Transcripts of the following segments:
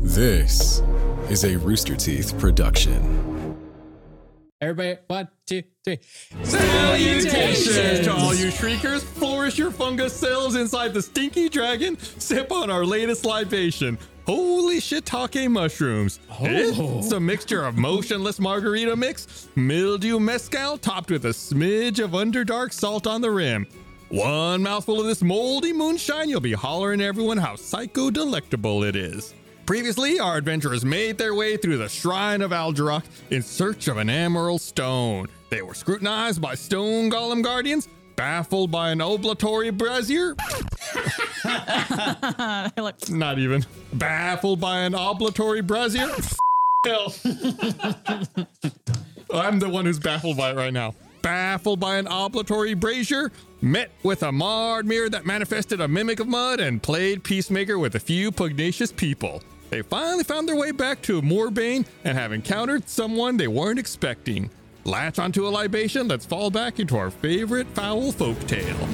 This is a Rooster Teeth production. Everybody, one, two, three. To all you shriekers, flourish your fungus cells inside the stinky dragon. Sip on our latest libation. Holy shiitake mushrooms. It's a mixture of motionless margarita mix, mildew mezcal topped with a smidge of underdark salt on the rim. One mouthful of this moldy moonshine, you'll be hollering to everyone how psycho delectable it is. Previously, our adventurers made their way through the shrine of Alderok in search of an emerald stone. They were scrutinized by stone golem guardians, baffled by an oblatory brazier, I like not even, baffled by an oblatory brazier. Hell. I'm the one who's baffled by it right now. Baffled by an oblatory brazier, met with a marred mirror that manifested a mimic of mud, and played peacemaker with a few pugnacious people. They finally found their way back to Moorbane and have encountered someone they weren't expecting. Latch onto a libation, let's fall back into our favorite foul folktale.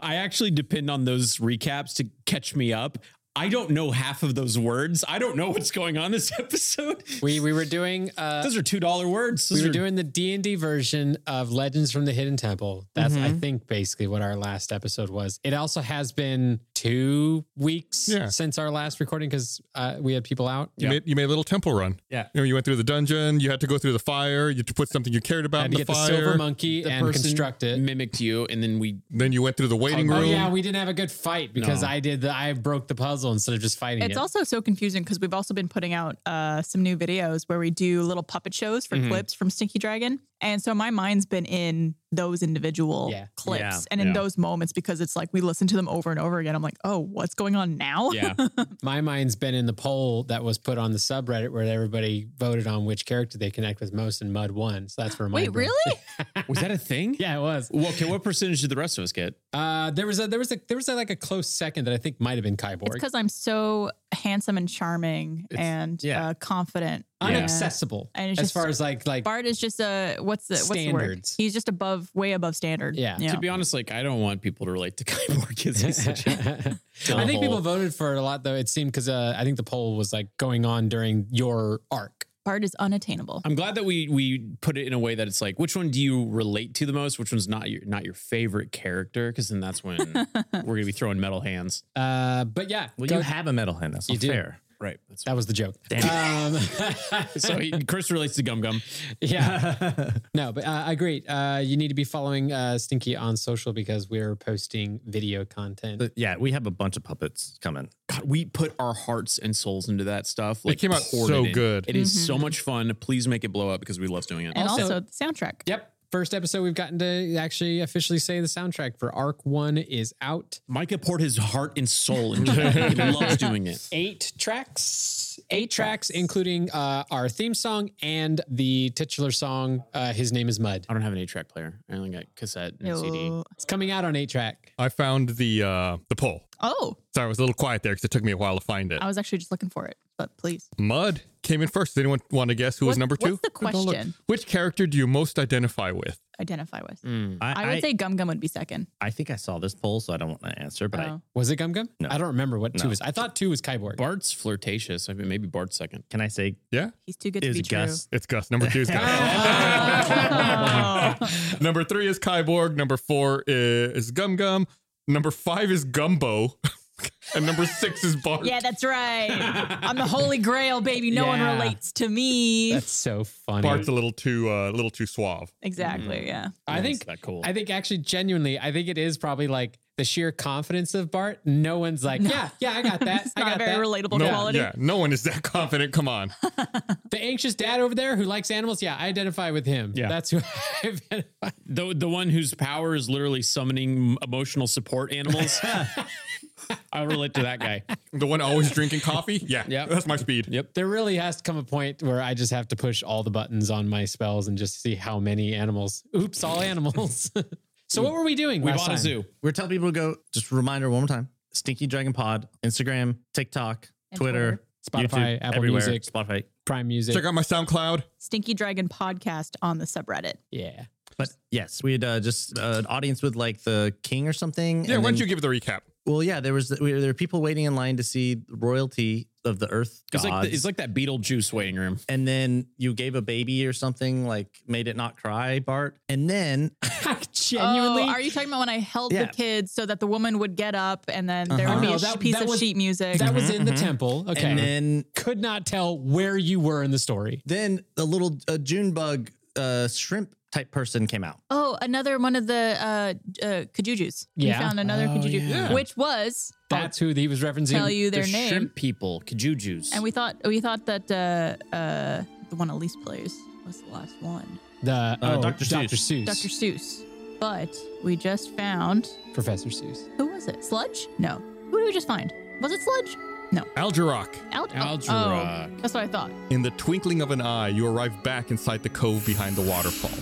I actually depend on those recaps to catch me up. I don't know half of those words. I don't know what's going on this episode. We we were doing uh Those are two dollar words. Those we were are- doing the D and D version of Legends from the Hidden Temple. That's Mm-hmm. I think basically what our last episode was. It also has been two weeks Yeah. since our last recording because uh, we had people out. You, made, you made a little temple run. Yeah. You know, you went through the dungeon, you had to go through the fire, you had to put something you cared about Had in to the get the fire. silver monkey the and person construct it. mimicked you, and then we Then you went through the waiting Oh room. yeah, we didn't have a good fight because No. I did. The, I broke the puzzle instead of just fighting It's it. also so confusing because we've also been putting out uh, some new videos where we do little puppet shows for clips from Stinky Dragon. And so my mind's been in those individual Yeah. clips Yeah, and in yeah. those moments because it's like we listen to them over and over again. I'm like, oh, what's going on now? yeah. My mind's been in the poll that was put on the subreddit where everybody voted on which character they connect with most, and Mud won. So that's where mine. Wait, went. really? was that a thing? Yeah, it was. Well, okay. What percentage did the rest of us get? Uh, there was a there was a there was a, like a close second that I think might have been It's Kyborg. because I'm so handsome and charming It's- and yeah. uh, confident. Unaccessible And as it's just- far as like like Bart is just a what's the what's the word? Standards. He's just above, way above standard. Yeah. To be honest, like I don't want people to relate to Kyborg because he's such a I think people voted for it a lot though. It seemed because uh, I think the poll was like going on during your arc. Bart is unattainable. I'm glad that we we put it in a way that it's like which one do you relate to the most, which one's not your not your favorite character, because then that's when we're gonna be throwing metal hands. Uh, but yeah, Well, go- you have a metal hand. That's You not do. fair. Right. That's, that was the joke. Um, so he, Chris relates to Gum Gum. yeah, no, but uh, I agree. Uh, you need to be following uh, Stinky on social because we're posting video content. But yeah, we have a bunch of puppets coming. God, we put our hearts and souls into that stuff. Like, came out poured so it in. good. It is so much fun. Please make it blow up because we love doing it. and also, also- the soundtrack. Yep. First episode we've gotten to actually officially say the soundtrack for Arc One is out. Micah poured his heart and soul into it. He loves doing it. Eight tracks. Eight, tracks, including uh, our theme song and the titular song, uh, His Name is Mud. I don't have an eight track player. I only got cassette and CD. Ew. It's coming out on eight track. I found the uh the poll. Oh, Sorry, I was a little quiet there because it took me a while to find it. I was actually just looking for it, but please. Mud came in first. Does anyone want to guess who was What- number what's two? the Good, don't look. question? Which character do you most identify with? identify with. I, I I, would say Gum Gum would be second. I think I saw this poll, so I don't want to answer, but I, Oh. Was it Gum Gum? No. I don't remember what two No. was. I thought two was Kyborg. Bart's flirtatious. I mean, maybe Bart's second. can I say Yeah, He's too good it to be was Gus? it's Gus. Number two is Gus. true. number three is Kyborg. Number four is, is Gum Gum. Number five is Gumbo. and number six is Bart. yeah, that's right. I'm the holy grail, baby. No one Yeah. relates to me. That's so funny. Mm. Bart's a little too uh, a little too suave. exactly. Yeah. I Yeah, think it's that cool. I think actually genuinely, I think it is probably like the sheer confidence of Bart. No one's like, yeah, yeah, I got that. It's I not got a very that. relatable no, quality. yeah, no one is that confident. Come on. The anxious dad over there who likes animals, yeah, I identify with him. Yeah. That's who I identify. the the one whose power is literally summoning emotional support animals. I relate to that guy. The one always drinking coffee. Yeah, yeah, Yep. that's my speed. Yep. There really has to come a point where I just have to push all the buttons on my spells and just see how many animals. Oops, all animals. so what were we doing? We last bought a time? zoo. We're telling people to go, just reminder one more time Stinky Dragon Pod, Instagram, TikTok, And Twitter, Twitter. Spotify, Apple everywhere, Music, Spotify. Prime Music. Check out my SoundCloud. Stinky Dragon podcast on the subreddit. Yeah. But yes, we had uh, just uh, an audience with like the king or something. Yeah, and why don't then- you give it the recap? Well, yeah, there was we, there were people waiting in line to see royalty of the Earth It's gods, like, the, it's like that Beetlejuice waiting room. and then you gave a baby or something like made it not cry, Bart, and then Genuinely. Oh, are you talking about when I held Yeah. the kids so that the woman would get up and then there Uh-huh. would be No, a that- piece that of was- sheet music? that Mm-hmm, was in the temple. Okay. and then Could not tell where you were in the story. then a little a June bug uh, shrimp type person came out. oh, another one of the uh, uh, Kajujus. Yeah. We found another Oh, Kajuju, yeah. which was That's who he was referencing. I'll tell you their the name. shrimp people, Kajujus. And we thought we thought that uh, uh, the one Elise plays was the last one, The oh, Dr. Seuss. Seuss. Dr. Seuss. But we just found Professor Seuss. who was it? Sludge? No. Who did we just find? Was it Sludge? Algerock. Al- oh, Algerock. oh, that's what I thought. In the twinkling of an eye, you arrive back inside the cove behind the waterfall.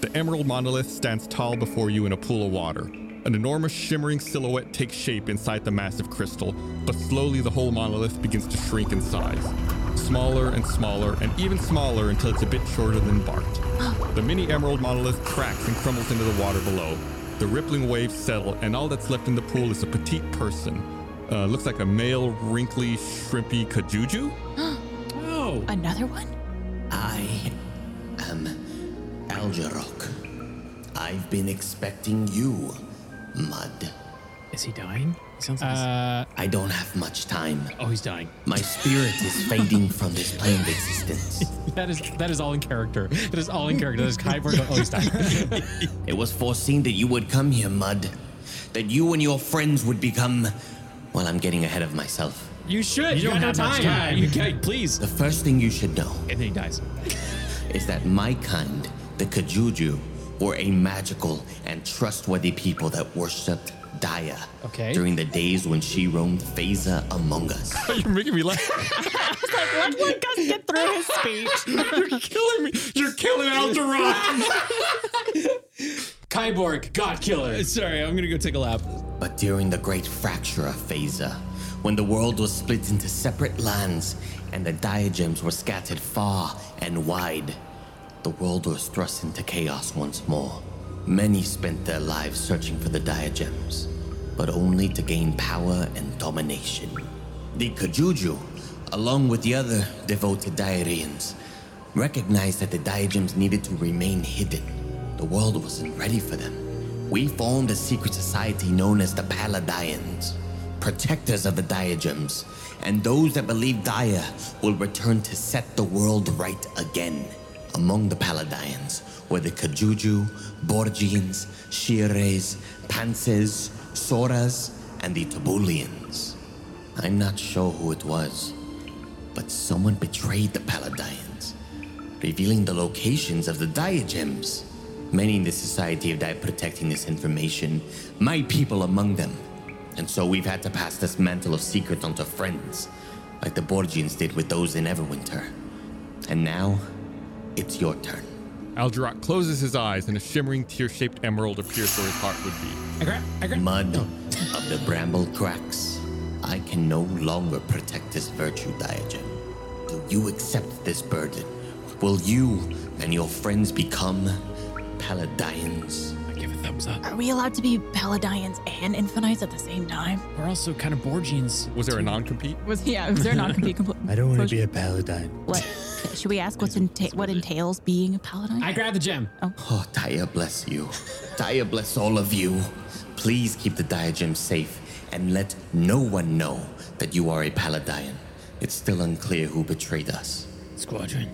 The emerald monolith stands tall before you in a pool of water. An enormous shimmering silhouette takes shape inside the massive crystal, but slowly the whole monolith begins to shrink in size. Smaller and smaller, and even smaller until it's a bit shorter than Bart. The mini emerald monolith cracks and crumbles into the water below. The rippling waves settle, and all that's left in the pool is a petite person. Uh, looks like a male, wrinkly, shrimpy kajuju? oh, Another one? I am Algerok. I've been expecting you, Mud. is he dying? He sounds like he's- Uh, I don't have much time. oh, he's dying. My spirit is fading from this plane of existence. that is that is all in character. That is all in character. That is Kai Bird. Oh, he's dying. It was foreseen that you would come here, Mud. That you and your friends would become. Well, I'm getting ahead of myself. You should. You, don't have time. You can't, please. The first thing you should know And then he dies. is that my kind, the Kajuju, were a magical and trustworthy people that worshipped Daya Okay. during the days when she roamed Feza among us. You're making me laugh. Let let Gus get through his speech. You're killing me. You're killing Alderaan. Kyborg, God killer. Uh, Sorry, I'm gonna go take a lap. But during the great fracture of Phaser, when the world was split into separate lands and the diagems were scattered far and wide, the world was thrust into chaos once more. Many spent their lives searching for the diagems, but only to gain power and domination. The Kajuju, along with the other devoted Diarians, recognized that the diagems needed to remain hidden. The world wasn't ready for them. We formed a secret society known as the Paladians, protectors of the diagems, and those that believe Daya will return to set the world right again. Among the Paladians were the Kajuju, Borgians, Shires, Panses, Soras, and the Tabulians. I'm not sure who it was, but someone betrayed the Paladians, revealing the locations of the diagems. Many in the Society have died protecting this information, my people among them. And so we've had to pass this mantle of secret onto friends, like the Borgians did with those in Everwinter. And now, it's your turn. Algerok closes his eyes and a shimmering tear shaped emerald appears where his heart would be. Mud of the bramble cracks. I can no longer protect this virtue, Diogen. Do you accept this burden? Will you and your friends become Paladians? I give a thumbs up. Are we allowed to be Paladians and Infinites at the same time? We're also kind of Borgians. Was there a non compete? Was yeah, was there not going to be complete? I don't want to be a paladin. What should we ask? What's enta- what entails being a paladin? I grabbed the gem. Oh, Daya bless you. Daya bless all of you. Please keep the diagem safe and let no one know that you are a Paladian. It's still unclear who betrayed us. Squadron.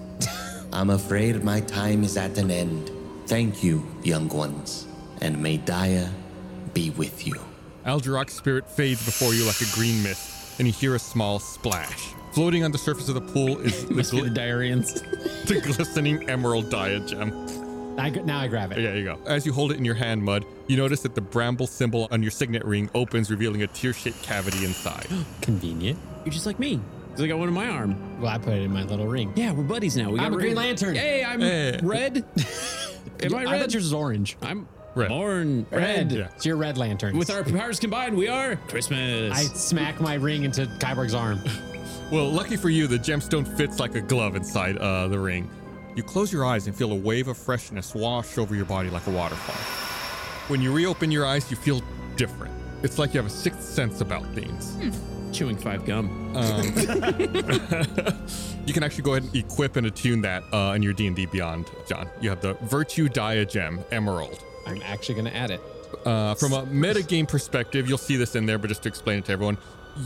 I'm afraid my time is at an end. Thank you, young ones, and may Daya be with you. Algerok's spirit fades before you like a green mist, and you hear a small splash. Floating on the surface of the pool is the, Must be the gl- Diarians. the glistening emerald diagem. I, gr- now I grab it. Yeah, there you go. As you hold it in your hand, Mud, you notice that the bramble symbol on your signet ring opens, revealing a tear shaped cavity inside. Convenient. You're just like me. 'Cause I got one in my arm. Well, I put it in my little ring. Yeah, we're buddies now. We got I'm a Green red- Lantern. Hey, I'm Hey. red. Am I I thought red? yours was orange. I'm Red. born Red. red. Yeah. It's your red lantern. With our powers combined, we are Christmas. I smack my ring into Kyborg's arm. Well, lucky for you, the gemstone fits like a glove inside uh, the ring. You close your eyes and feel a wave of freshness wash over your body like a waterfall. When you reopen your eyes, you feel different. It's like you have a sixth sense about things. Hmm. Um, Chewing five gum. You can actually go ahead and equip and attune that uh, in your D&D Beyond, John. You have the Virtue Diagem Emerald. I'm actually going to add it. Uh, from a metagame perspective, you'll see this in there, but just to explain it to everyone,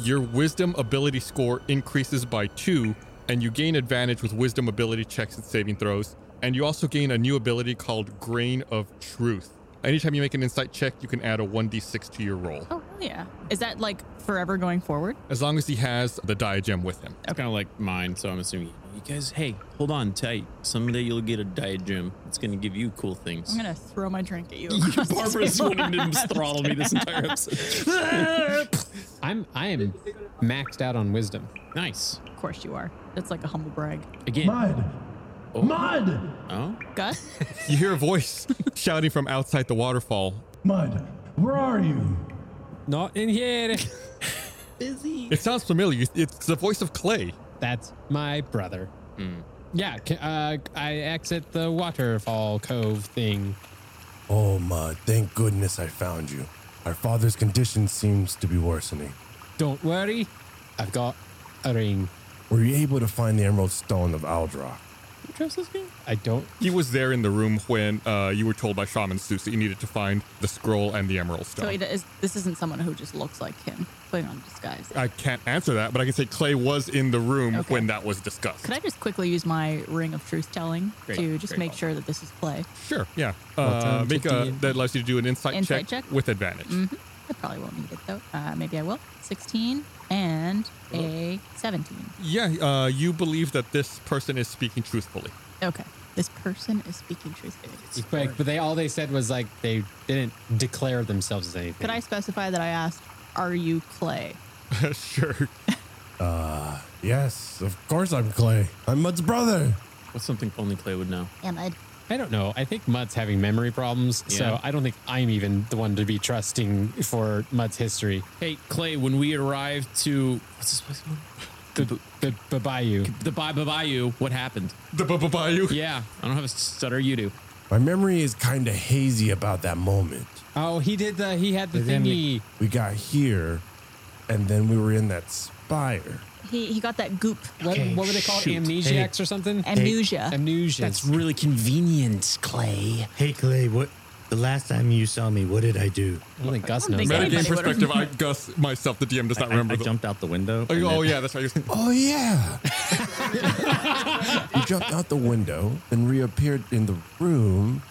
your wisdom ability score increases by two, and you gain advantage with wisdom ability checks and saving throws. And you also gain a new ability called Grain of Truth. Anytime you make an insight check, you can add a 1d6 to your roll, Oh, hell yeah. Is that like forever going forward? as long as he has the diagem with him. It's kind of like mine, so I'm assuming you guys. Hey, hold on tight. Someday you'll get a diagem. It's gonna give you cool things. I'm going to throw my drink at you. Barbara's wanting to throttle me this entire episode. I'm I am maxed out on wisdom. nice. of course you are. That's like a humble brag. Again. Mud. Mud. Oh, Gus? You hear a voice shouting from outside the waterfall. Mud. Where are you? Not in here. It sounds familiar. It's the voice of Clay. Hmm. That's my brother. Yeah, c- uh, I exit the waterfall cove thing. Oh, Mud. Thank goodness I found you. Our father's condition seems to be worsening. Don't worry, I've got a ring. Were you able to find the Emerald Stone of Aldra? I don't. He was there in the room when uh, you were told by Shaman Seuss that you needed to find the scroll and the emerald So stone. it is, this isn't someone who just looks like him putting on a disguise. Uh, I can't answer that, but I can say Clay was in the room Okay. when that was discussed. Could I just quickly use my ring of truth telling Great, to just great make call. sure that this is play? Sure, yeah. Uh, make a, that allows you to do an insight, Insight check, check? Mm-hmm. with advantage. I probably won't need it though. Uh, maybe I will. 16 and a 17. Yeah, uh, you believe that this person is speaking truthfully. Okay. This person is speaking truthfully. But, but they all they said was like they didn't declare themselves as anything. Could I specify that I asked, Are you Clay? sure. Uh, Yes, of course I'm Clay. I'm Mud's brother. what's something only Clay would know? Am I? I don't know. I think Mutt's having memory problems, so Yeah. I don't think I'm even the one to be trusting for Mutt's history. Hey, Clay, when we arrived to what's this place called? The the the bayou. The Ba- Ba- Bayou, what happened? The bu- bu- bayou. Yeah, I don't have a stutter. You do. My memory is kind of hazy about that moment. Oh, he did the he had the And then thingy. we, we got here, and then we were in that spire. He, he got that goop. What, what were they called? Amnesiacs or something? Amnesia. Amnesia. That's really convenient, Clay. Hey Clay, what? The last time you saw me, what did I do? I don't think Gus I don't knows. think that. anybody- Metagame Anybody would've- perspective, I Gus myself, the DM does not I, remember. I the- jumped out the window. Oh, and oh then- yeah, that's right. You're- Oh, yeah. you jumped out the window, then reappeared in the room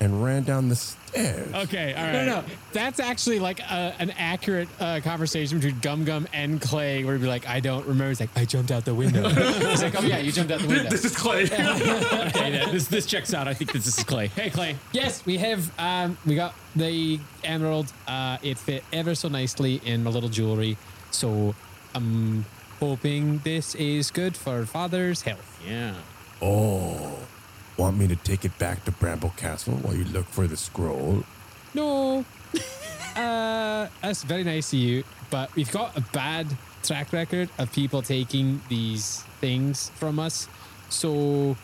and ran down the stairs. Okay, all right. No, no, that's actually like a, an accurate uh, conversation between Gum Gum and Clay, where he'd be like, "I don't remember." He's like, "I jumped out the window." He's like, "Oh yeah, you jumped out the window." This is Clay. Okay, yeah, this this checks out. I think this is Clay. Hey, Clay. Yes, we have. Um, we got the emerald. Uh, it fit ever so nicely in my little jewelry. So I'm hoping this is good for father's health. Yeah. Oh, want me to take it back to Bramble Castle while you look for the scroll? No, uh, that's very nice of you, but we've got a bad track record of people taking these things from us. So,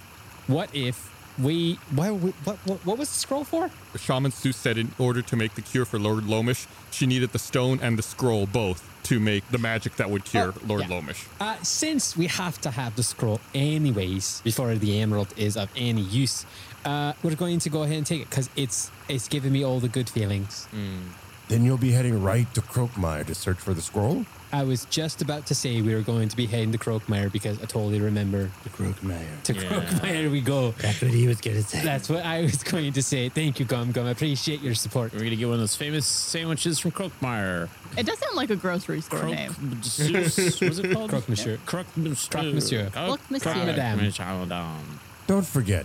what if we? Why? we- What? What, what was the scroll for? Shaman Sue said in order to make the cure for Lord Lomish, she needed the stone and the scroll both to make the magic that would cure Oh, Lord yeah. Lomish. Uh, since we have to have the scroll anyways before the emerald is of any use, uh, we're going to go ahead and take it because it's it's giving me all the good feelings. Mm. Then you'll be heading right to Croakmire to search for the scroll? I was just about to say we were going to be heading to Croakmire because I totally remember The Crookmire. to Croakmire we go. That's what he was gonna say. That's what I was going to say. Thank you, Gum Gum. I appreciate your support. We're gonna get one of those famous sandwiches from Crookmire. It does sound like a grocery store Croque name. Monsieur- What's it called? Croque Monsieur. Croque Monsieur. Oh, Croque Monsieur. Croque Monsieur. Croque Madame. Madame. Don't forget,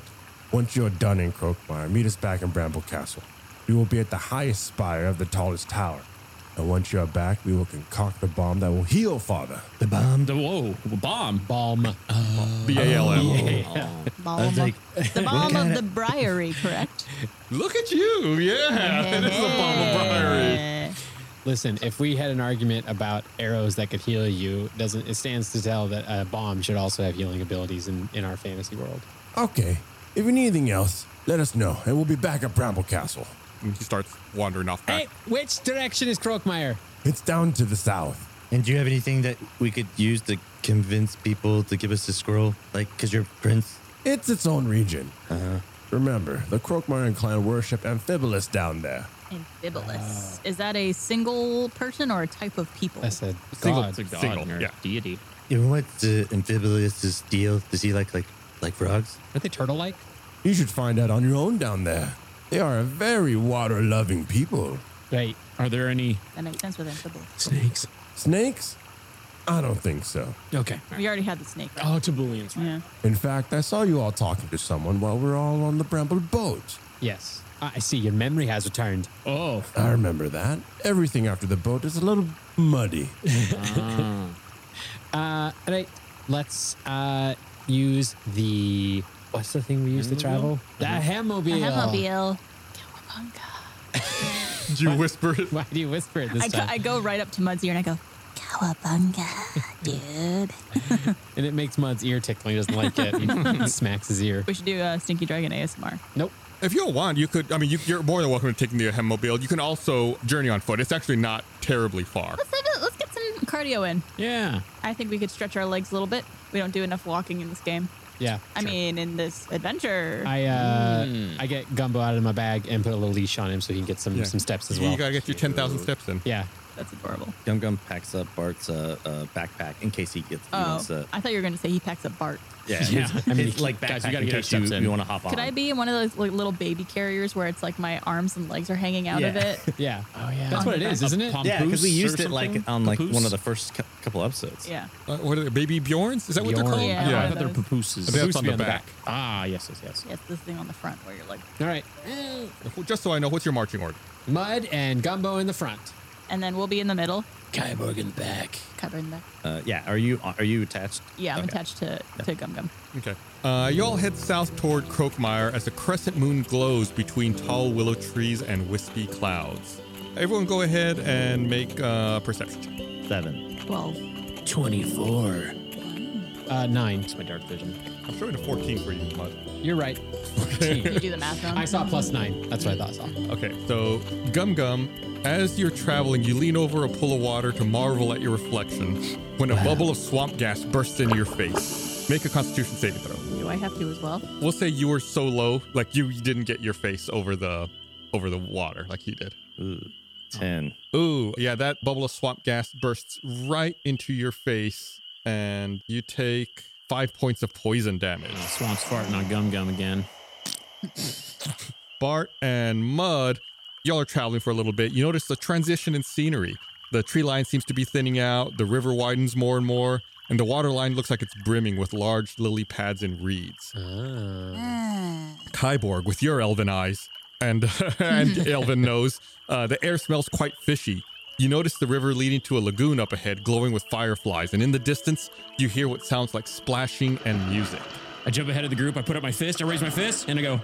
once you're done in Croakmire, meet us back in Bramble Castle. We will be at the highest spire of the tallest tower. And once you are back, we will concoct the bomb that will heal Father. the bomb. The- Whoa, bomb. Balm. B A L M. Balm like, of, the balm of the briary, correct? Look at you. Yeah. It is the bomb of Briary. Eh, Listen, if we had an argument about arrows that could heal you, it doesn't it stands to tell that a bomb should also have healing abilities in, in our fantasy world. Okay. If you need anything else, let us know, and we'll be back at Bramble Castle. And he starts wandering off back. Hey, which direction is Croakmire? It's down to the south. And do you have anything that we could use to convince people to give us the squirrel? Like, because you're prince? Uh-huh. It's its own region. Remember, the Croakmarian clan worship Amphibolus down there. Amphibolus. Is that a single person or a type of people? Ah. That's a Single- god. It's a god Single, or yeah. deity. You know what the amphibolous deal? Does he like like like frogs? Aren't they turtle like? You should find out on your own down there. They are a very water loving people. Right. Are there any That makes sense with Amphibolus. snakes? Snakes? I don't think so. Okay. We already had the snake. Oh, to bullions. Yeah. In fact, I saw you all talking to someone while we were all on the Bramble boat. Yes. Ah, I see. Your memory has returned. Oh, I remember that. Everything after the boat is a little muddy. Oh. Uh, all right. Let's uh, use the. What's the thing we use to Mm-hmm. travel? The Hammobile. Do you whisper it? Why do you whisper it this I, go, time? I go right up to Mud's ear and I go, Cowabunga, dude. and it makes Mud's ear tickle. He doesn't like it. He smacks his ear. We should do a Stinky Dragon ASMR. Nope. If you all want, you could. I mean, you, you're more than welcome to taking the Hemmobile. You can also journey on foot. It's actually not terribly far. Let's, take a- let's get some cardio in. Yeah. I think we could stretch our legs a little bit. We don't do enough walking in this game. Yeah. I mean, in this adventure. I Mm. uh, Mm. I get Gumbo out of my bag and put a little leash on him so he can get some, some steps as well. You gotta get your 10,000 steps in. yeah. That's adorable. Gum Gum packs up Bart's uh, uh, backpack in case he gets. he Oh, wants, uh, I thought you were going to say he packs a Bart. yeah, Yeah. his- I mean, his, like guys, you backpack gotta in get our case steps you, in. you want to hop on. Could I be in one of those like, little baby carriers where it's like my arms and legs are hanging out of Yeah. it? Yeah. Oh, yeah. That's what it is, isn't it? Pom- Yeah, because we Papoose or used it like something? on like Papoose? one of the first cou- couple episodes. Yeah. Uh, what are they? Baby Bjorns? Is that what they're Bjorn. called? Yeah. I Yeah. thought they were Those- papooses. That's Supposed on to be the back. Ah, yes, yes, yes. Yeah, it's this thing on the front where you're like, "Mm." All right. Well, Just so I know, what's your marching order? Mud and Gumbo in the front. and then we'll be in the middle, Kyborg in the back. covering the. Uh, yeah. Are you are you attached? Yeah, I'm Okay. attached to, to Gum Gum. Okay. Uh, you all head south toward Croakmire as the crescent moon glows between tall willow trees and wispy clouds. Everyone go ahead and make uh, perception check. Seven. 12. 24. Uh, nine. It's my dark vision. I'm showing a 14 for you, Mud. You're right. Can you do the math on I saw plus nine. That's what I thought I saw. Okay, so Gum Gum, as you're traveling, you lean over a pool of water to marvel at your reflection when a bubble of swamp gas bursts into your face. Make a constitution saving throw. Do I have to as well? We'll say you were so low, like you didn't get your face over the over the water like he did. Ten. Ooh, yeah, that bubble of swamp gas bursts right into your face, and you take five points of poison damage. Oh, swamp's farting on Gum Gum again. Bart and Mud, y'all are traveling for a little bit. You notice the transition in scenery. The tree line seems to be thinning out, the river widens more and more, and the water line looks like it's brimming with large lily pads and reeds. Ah. Mm. Kyborg, with your elven eyes and, and elven nose, uh, the air smells quite fishy. You notice the river leading to a lagoon up ahead, glowing with fireflies, and in the distance, you hear what sounds like splashing and music. I jump ahead of the group. I put up my fist. I raise my fist and I go,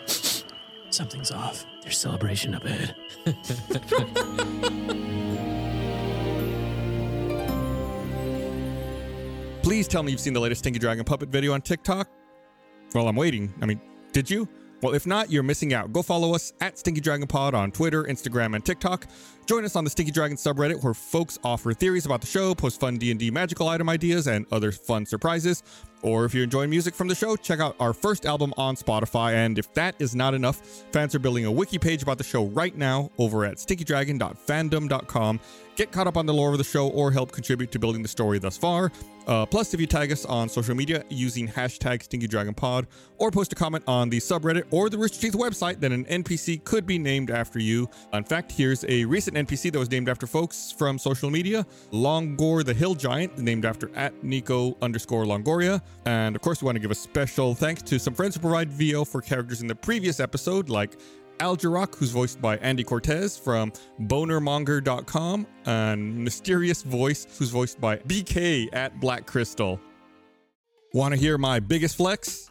Something's off. There's celebration up ahead. Please tell me you've seen the latest Stinky Dragon puppet video on TikTok. Well, I'm waiting. I mean, did you? Well, if not, you're missing out. Go follow us at Stinky Dragon Pod on Twitter, Instagram, and TikTok. Join us on the Stinky Dragon subreddit where folks offer theories about the show, post fun D&D magical item ideas, and other fun surprises. Or if you're enjoying music from the show, check out our first album on Spotify. And if that is not enough, fans are building a wiki page about the show right now over at stinkydragon.fandom.com. Get caught up on the lore of the show or help contribute to building the story thus far. Uh, plus, if you tag us on social media using hashtag StinkyDragonPod or post a comment on the subreddit or the Rooster Teeth website, then an NPC could be named after you. In fact, here's a recent NPC that was named after folks from social media Longor the Hill Giant, named after at Nico underscore Longoria. And of course, we want to give a special thanks to some friends who provide VO for characters in the previous episode, like Al Jarrock, who's voiced by Andy Cortez from bonermonger.com, and Mysterious Voice, who's voiced by BK at Black Crystal. Want to hear my biggest flex?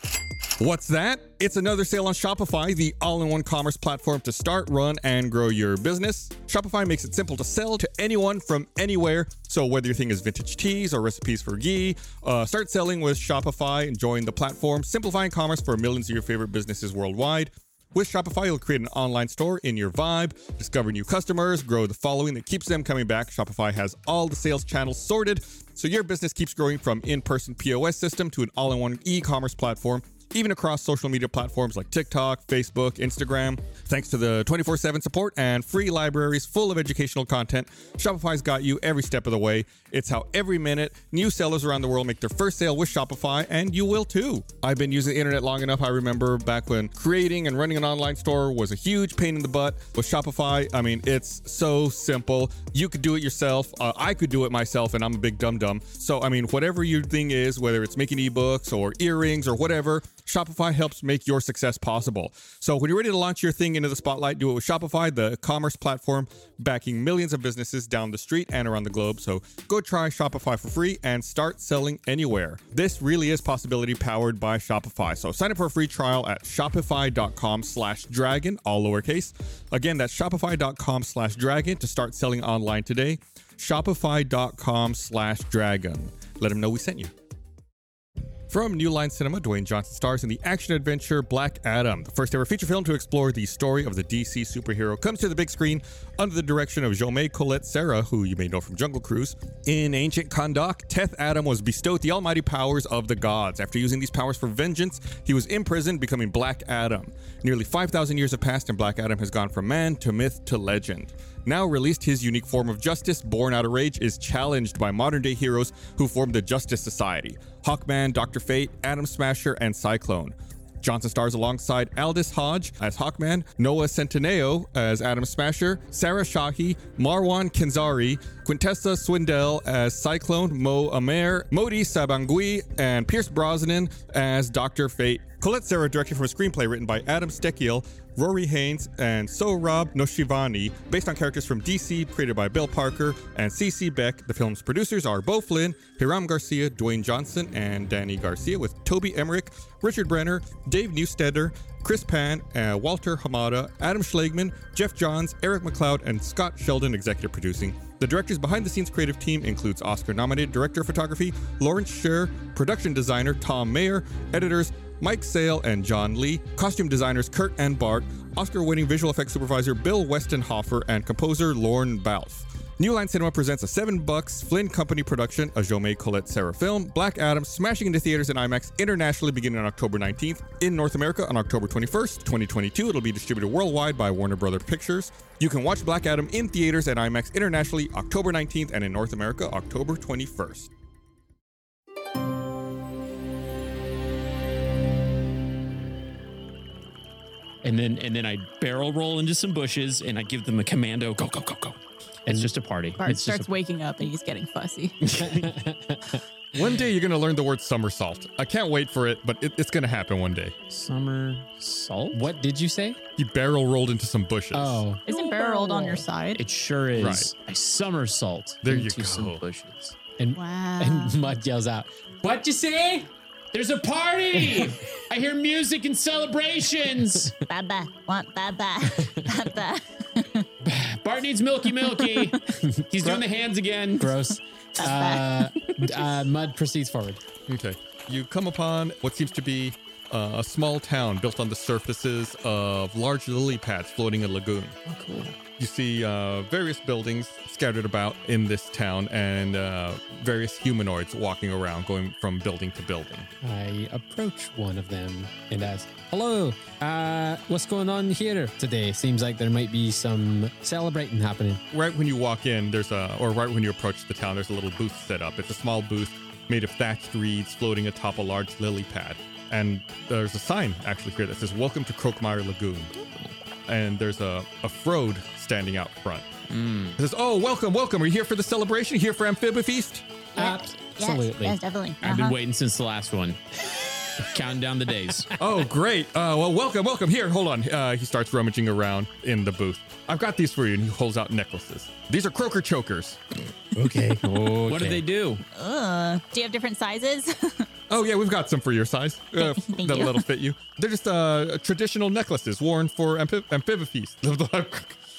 What's that? It's another sale on Shopify, the all in one commerce platform to start, run, and grow your business. Shopify makes it simple to sell to anyone from anywhere. So, whether your thing is vintage teas or recipes for ghee, uh, start selling with Shopify and join the platform, simplifying commerce for millions of your favorite businesses worldwide. With Shopify, you'll create an online store in your vibe, discover new customers, grow the following that keeps them coming back. Shopify has all the sales channels sorted, so your business keeps growing from in person POS system to an all in one e commerce platform, even across social media platforms like TikTok, Facebook, Instagram. Thanks to the 24 7 support and free libraries full of educational content, Shopify's got you every step of the way. It's how every minute new sellers around the world make their first sale with Shopify, and you will too. I've been using the internet long enough. I remember back when creating and running an online store was a huge pain in the butt. With Shopify, I mean, it's so simple. You could do it yourself. Uh, I could do it myself, and I'm a big dum dum. So, I mean, whatever your thing is, whether it's making ebooks or earrings or whatever, Shopify helps make your success possible. So when you're ready to launch your thing into the spotlight, do it with Shopify, the commerce platform backing millions of businesses down the street and around the globe. So go try Shopify for free and start selling anywhere. This really is possibility powered by Shopify. So sign up for a free trial at shopify.com slash dragon, all lowercase. Again, that's shopify.com slash dragon to start selling online today. Shopify.com slash dragon. Let them know we sent you. From New Line Cinema, Dwayne Johnson stars in the action adventure Black Adam, the first ever feature film to explore the story of the DC superhero, comes to the big screen under the direction of Jaume Colette Serra, who you may know from Jungle Cruise. In ancient Kandak, Teth Adam was bestowed the almighty powers of the gods. After using these powers for vengeance, he was imprisoned, becoming Black Adam. Nearly 5,000 years have passed, and Black Adam has gone from man to myth to legend. Now released, his unique form of justice, born out of rage, is challenged by modern day heroes who formed the Justice Society Hawkman, Dr. Fate, Atom Smasher, and Cyclone. Johnson stars alongside Aldous Hodge as Hawkman, Noah Centineo as Adam Smasher, Sarah Shahi, Marwan Kenzari, Quintessa Swindell as Cyclone, Mo Amer, Modi Sabangui, and Pierce Brosnan as Dr. Fate. Colette Sarah directed from a screenplay written by Adam Stekiel, Rory Haynes, and Sohrab Noshivani, based on characters from DC, created by Bill Parker and CC Beck. The film's producers are Bo Flynn, Hiram Garcia, Dwayne Johnson, and Danny Garcia, with Toby Emmerich, Richard Brenner, Dave Newsteader, Chris Pan, uh, Walter Hamada, Adam Schlegman, Jeff Johns, Eric McLeod, and Scott Sheldon executive producing. The director's behind the scenes creative team includes Oscar nominated director of photography Lawrence Sher, production designer Tom Mayer, editors Mike Sale and John Lee, costume designers Kurt and Bart, Oscar winning visual effects supervisor Bill Westenhofer, and composer Lorne Balfe. New Line Cinema presents a seven bucks Flynn Company production, a Jaume Colette Serra film, Black Adam, smashing into theaters and IMAX internationally beginning on October 19th. In North America on October 21st, 2022, it'll be distributed worldwide by Warner Brother Pictures. You can watch Black Adam in theaters and IMAX internationally October 19th and in North America October 21st. and then and then I barrel roll into some bushes and I give them a commando. Go go go go. It's just a party. Bart it's starts just a- waking up and he's getting fussy. One day you're going to learn the word somersault. I can't wait for it, but it, it's going to happen one day. summer salt. What did you say? He barrel rolled into some bushes. Oh, Isn't barrel rolled on your side? It sure is. Right. I somersault There you into go. some bushes. and wow. and Mud yells out, What you say? There's a party. I hear music and celebrations. Baba. Want Baba. Baba. Bart needs Milky Milky. He's doing the hands again. "Gross." uh, uh, Mud proceeds forward. Okay. You come upon what seems to be uh, a small town built on the surfaces of large lily pads floating in a lagoon. Oh, cool. You see uh, various buildings scattered about in this town and uh, various humanoids walking around, going from building to building. I approach one of them and ask, "Hello, uh, what's going on here today? Seems like there might be some celebrating happening." Right when you walk in, there's a, or right when you approach the town, there's a little booth set up. It's a small booth made of thatched reeds floating atop a large lily pad. And there's a sign actually here that says, Welcome to Crookmire Lagoon. And there's a, a frode standing out front. It says, Oh, welcome, welcome. Are you here for the celebration? Here for Amphibifeast? Absolutely. definitely. I've Uh-huh. been waiting since the last one. Counting down the days. Oh, great. Uh, well, welcome, welcome. Here, hold on. Uh, he starts rummaging around in the booth. I've got these for you. And he holds out necklaces. These are croaker chokers. Okay. What do they do? Do you have different sizes? Oh yeah, we've got some for your size. Uh, f- Thank that'll, you. that'll fit you. They're just uh, traditional necklaces worn for amphib- amphibifeast.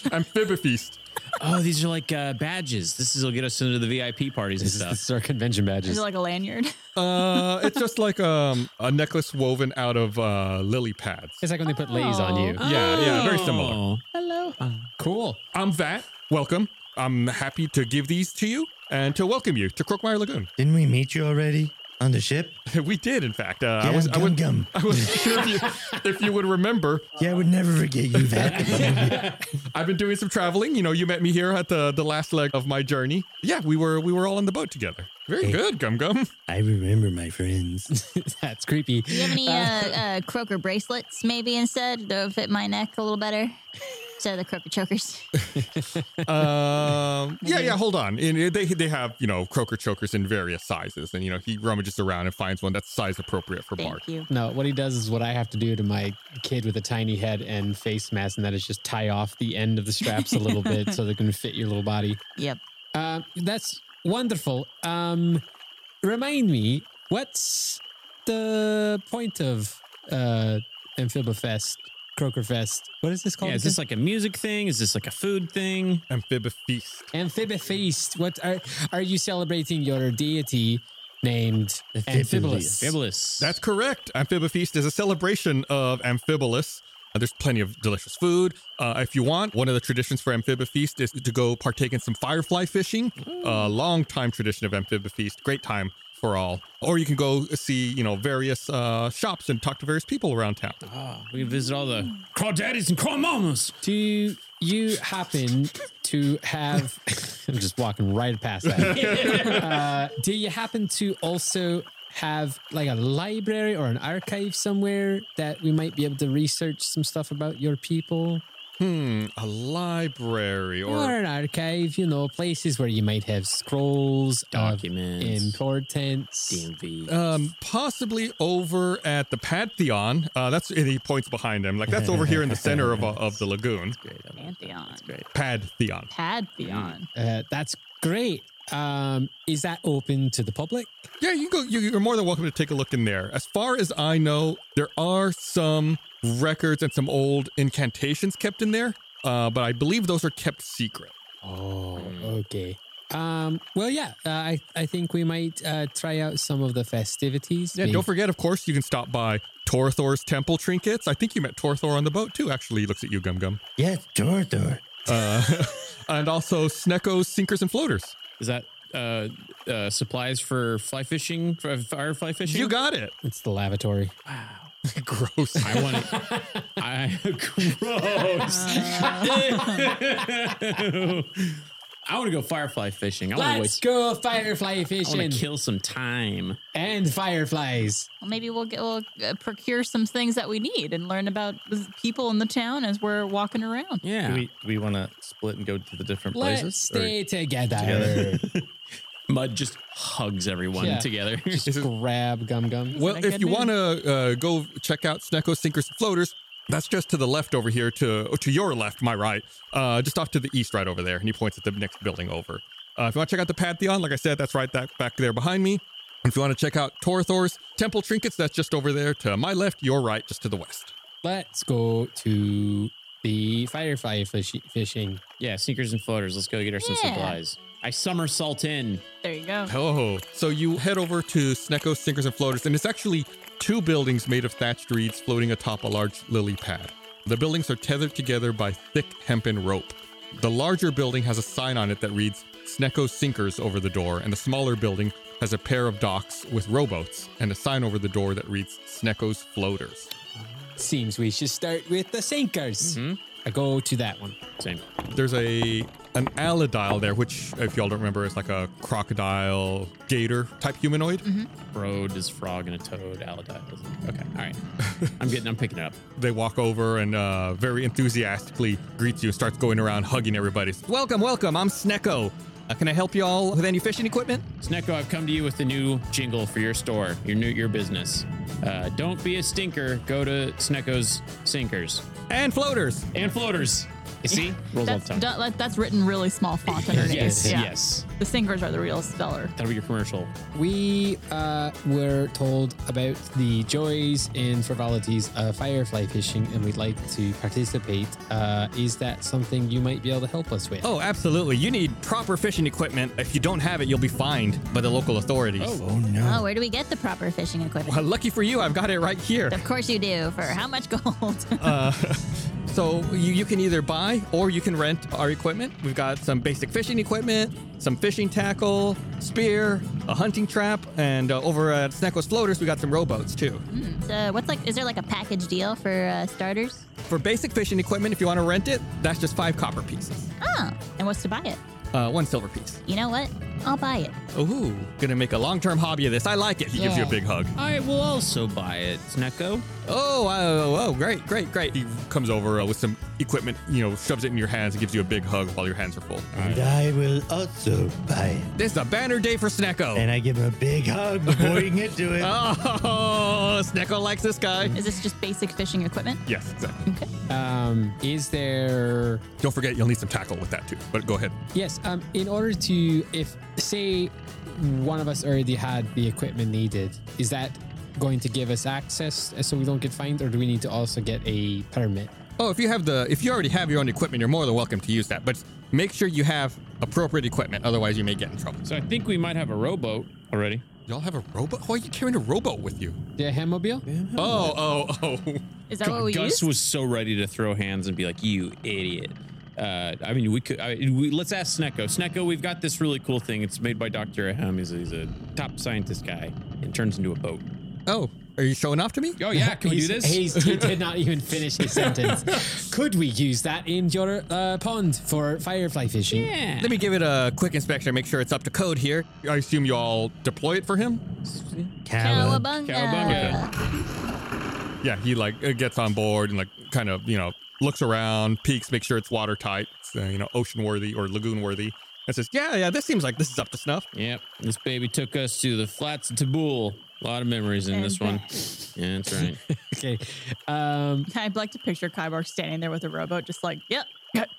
amphibifeast. Oh, these are like uh, badges. This is will get us into the VIP parties and This is the stuff. circumvention Is badges. it like a lanyard? Uh, it's just like um, a necklace woven out of uh, lily pads. It's like when they put lays on you. Oh. Yeah, yeah, very similar. Oh, Cool. I'm Vat. Welcome. I'm happy to give these to you and to welcome you to Crookmire Lagoon. Didn't we meet you already on the ship? We did, in fact. Uh, I Gum, was, I gum, was, gum. I was sure if you, if you would remember. Yeah, I would never forget you that. I've been doing some traveling. You know, you met me here at the the last leg of my journey. Yeah, we were we were all on the boat together. Very good, Gum Gum. I remember my friends. That's creepy. Do you have any uh, uh, croaker bracelets maybe instead? That'll fit my neck a little better. Instead of the croaker chokers. Uh, Um, yeah, yeah. Hold on. And uh, they they have you know croaker chokers in various sizes, and you know he rummages around and finds one that's size appropriate for Bard. Thank you. No, what he does is what I have to do to my kid with a tiny head and face mask, and that is just tie off the end of the straps a little bit so they can fit your little body. Yep. Um, that's wonderful. Um, remind me, what's the point of uh, Amphibifest, Croakerfest? What is this called? yeah. Is this like a music thing? Is this like a food thing? Amphibifeast. Amphibifeast. What are are you celebrating your deity named Amphibolus? Amphibolus. Fabulous. That's correct. Amphibifeast is a celebration of Amphibolus. Uh, there's plenty of delicious food. Uh, if you want, one of the traditions for Amphibifeast is to go partake in some firefly fishing. A long time tradition of Amphibifeast. Great time for all. Or you can go see, you know, various uh, shops and talk to various people around town. Ah, we can visit all the craw daddies and craw mamas. Do you happen to have? I'm just walking right past that. uh, do you happen to also have like a library or an archive somewhere that we might be able to research some stuff about your people? A library Or, or an archive, you know, places where you might have scrolls, of Documents. importance. DMV. um, possibly over at the Pantheon. Uh, that's and he points behind him. Like that's over here in the center of, uh, of the lagoon. Pantheon. Pantheon. Pantheon. Uh, that's great. Um, is that open to the public? Yeah, you can go. you- You're more than welcome to take a look in there. As far as I know, there are some records and some old incantations kept in there, uh, but I believe those are kept secret. Oh, okay. Um, well, yeah, uh, I, I think we might uh, try out some of the festivities. Yeah, Maybe- don't forget, of course, you can stop by Torthor's temple trinkets. I think you met Torthor on the boat too. Actually, he looks at you, Gum Gum, Uh, yeah, it's Dorthor. and also Sneko's sinkers and floaters. Is that uh, uh, supplies for fly fishing, for firefly fishing? You got it. It's the lavatory. Gross. I want to. I gross. I want to go firefly fishing. I want to Let's waste. go firefly I want fishing to kill some time. and fireflies. Well, maybe we'll get we'll uh, procure some things that we need and learn about the people in the town as we're walking around. Yeah. Do we, do we want to split and go to the different Let's places? Or- stay together. Mud just hugs everyone Yeah. together. Just grab gum gum. Well, that a if good you move? want to uh, go check out Sneko Sinkers and Floaters, that's just to the left over here, to oh, to your left, my right, uh, just off to the east, right over there. And he points at the next building over. Uh, if you want to check out the Pantheon, like I said, that's right that back there behind me. And if you want to check out Torthor's Temple Trinkets, that's just over there to my left, your right, just to the west. Let's go to the firefly fish- fishing. yeah, sneakers and floaters. Let's go get her some Yeah. supplies. I somersault in. There you go. Oh, so you head over to Sneko Sinkers and Floaters, and it's actually two buildings made of thatched reeds floating atop a large lily pad. The buildings are tethered together by thick hempen rope. The larger building has a sign on it that reads Sneko Sinkers over the door, and the smaller building has a pair of docks with rowboats and a sign over the door that reads Sneko's Floaters. Seems we should start with the sinkers. Mm-hmm. I go to that one. Same. There's a an alidile there, which if y'all don't remember, is like a crocodile gator type humanoid. Mm-hmm. Road is frog and a toad. Alidide. doesn't- Okay. All right. I'm getting. I'm picking it up. They walk over and uh, very enthusiastically greets you and starts going around hugging everybody. Welcome, welcome. I'm Sneko. Uh, can I help you all with any fishing equipment? Sneko, I've come to you with a new jingle for your store, your new your business. Uh, don't be a stinker. Go to Sneko's sinkers And floaters. and floaters. You see? Rolls all the That's, time. du- like, that's written really small font underneath. Yes, yeah. yes. The singers are the real seller. That'll be your commercial. We uh, were told about the joys and frivolities of firefly fishing, and we'd like to participate. Uh, is that something you might be able to help us with? Oh, absolutely. You need proper fishing equipment. If you don't have it, you'll be fined by the local authorities. Oh no. Oh, where do we get the proper fishing equipment? Well, lucky for you, I've got it right here. Of course you do. For how much gold? Uh, So you, you can either buy or you can rent our equipment. We've got some basic fishing equipment, some fishing tackle, spear, a hunting trap, and uh, over at Snacko's Floaters, we got some rowboats too. Hmm. so what's like? Is there like a package deal for uh, starters? For basic fishing equipment, if you want to rent it, that's just five copper pieces, Oh, and what's to buy it? uh, one silver piece. You know what? I'll buy it. Ooh, gonna make a long-term hobby of this. I like it. He gives you a Yeah. big hug. I will also buy it, Sneko. Oh, oh, oh, great, great, great. He comes over uh, with some equipment, you know, shoves it in your hands and gives you a big hug while your hands are full. And I will also buy it. This is a banner day for Snecko. And I give him a big hug before he can get to it. Oh, Snecko likes this guy. Is this just basic fishing equipment? Yes, exactly. Um, is there Don't forget, you'll need some tackle with that too. But go ahead. Yes. Um, in order to, if say one of us already had the equipment needed, is that going to give us access uh, so we don't get fined, or do we need to also get a permit? Oh, if you have the, if you already have your own equipment, you're more than welcome to use that. But make sure you have appropriate equipment, otherwise you may get in trouble. So I think we might have a rowboat already. Y'all have a rowboat? Why are you carrying a rowboat with you? Yeah, handmobile. Oh, oh, oh. Is that what we Gus use? was so ready to throw hands and be like, "You idiot." Uh, I mean, we could. I, we, let's ask Sneko. Sneko, we've got this really cool thing. It's made by Doctor Ahem. He's, he's a top scientist guy. It turns into a boat. Oh, are you showing off to me? Oh yeah, can we do He's- this? he's- he did not even finish his sentence. Could we use that in your uh, pond for firefly fishing? yeah. Let me give it a quick inspection, make sure it's up to code here. I assume y'all deploy it for him? Cowabunga. Cowabunga. Cowabunga. Yeah, he like uh, gets on board and like kind of, you know, looks around, peeks, make sure it's watertight, it's, uh, you know, ocean worthy or lagoon worthy. And says, yeah, yeah, this seems like this is up to snuff. Yep. This baby took us to the flats of Tabul. A lot of memories in And this one. Yeah, that's right. Okay. Um, I'd like to picture Kyborg standing there with a rowboat, just like, yep,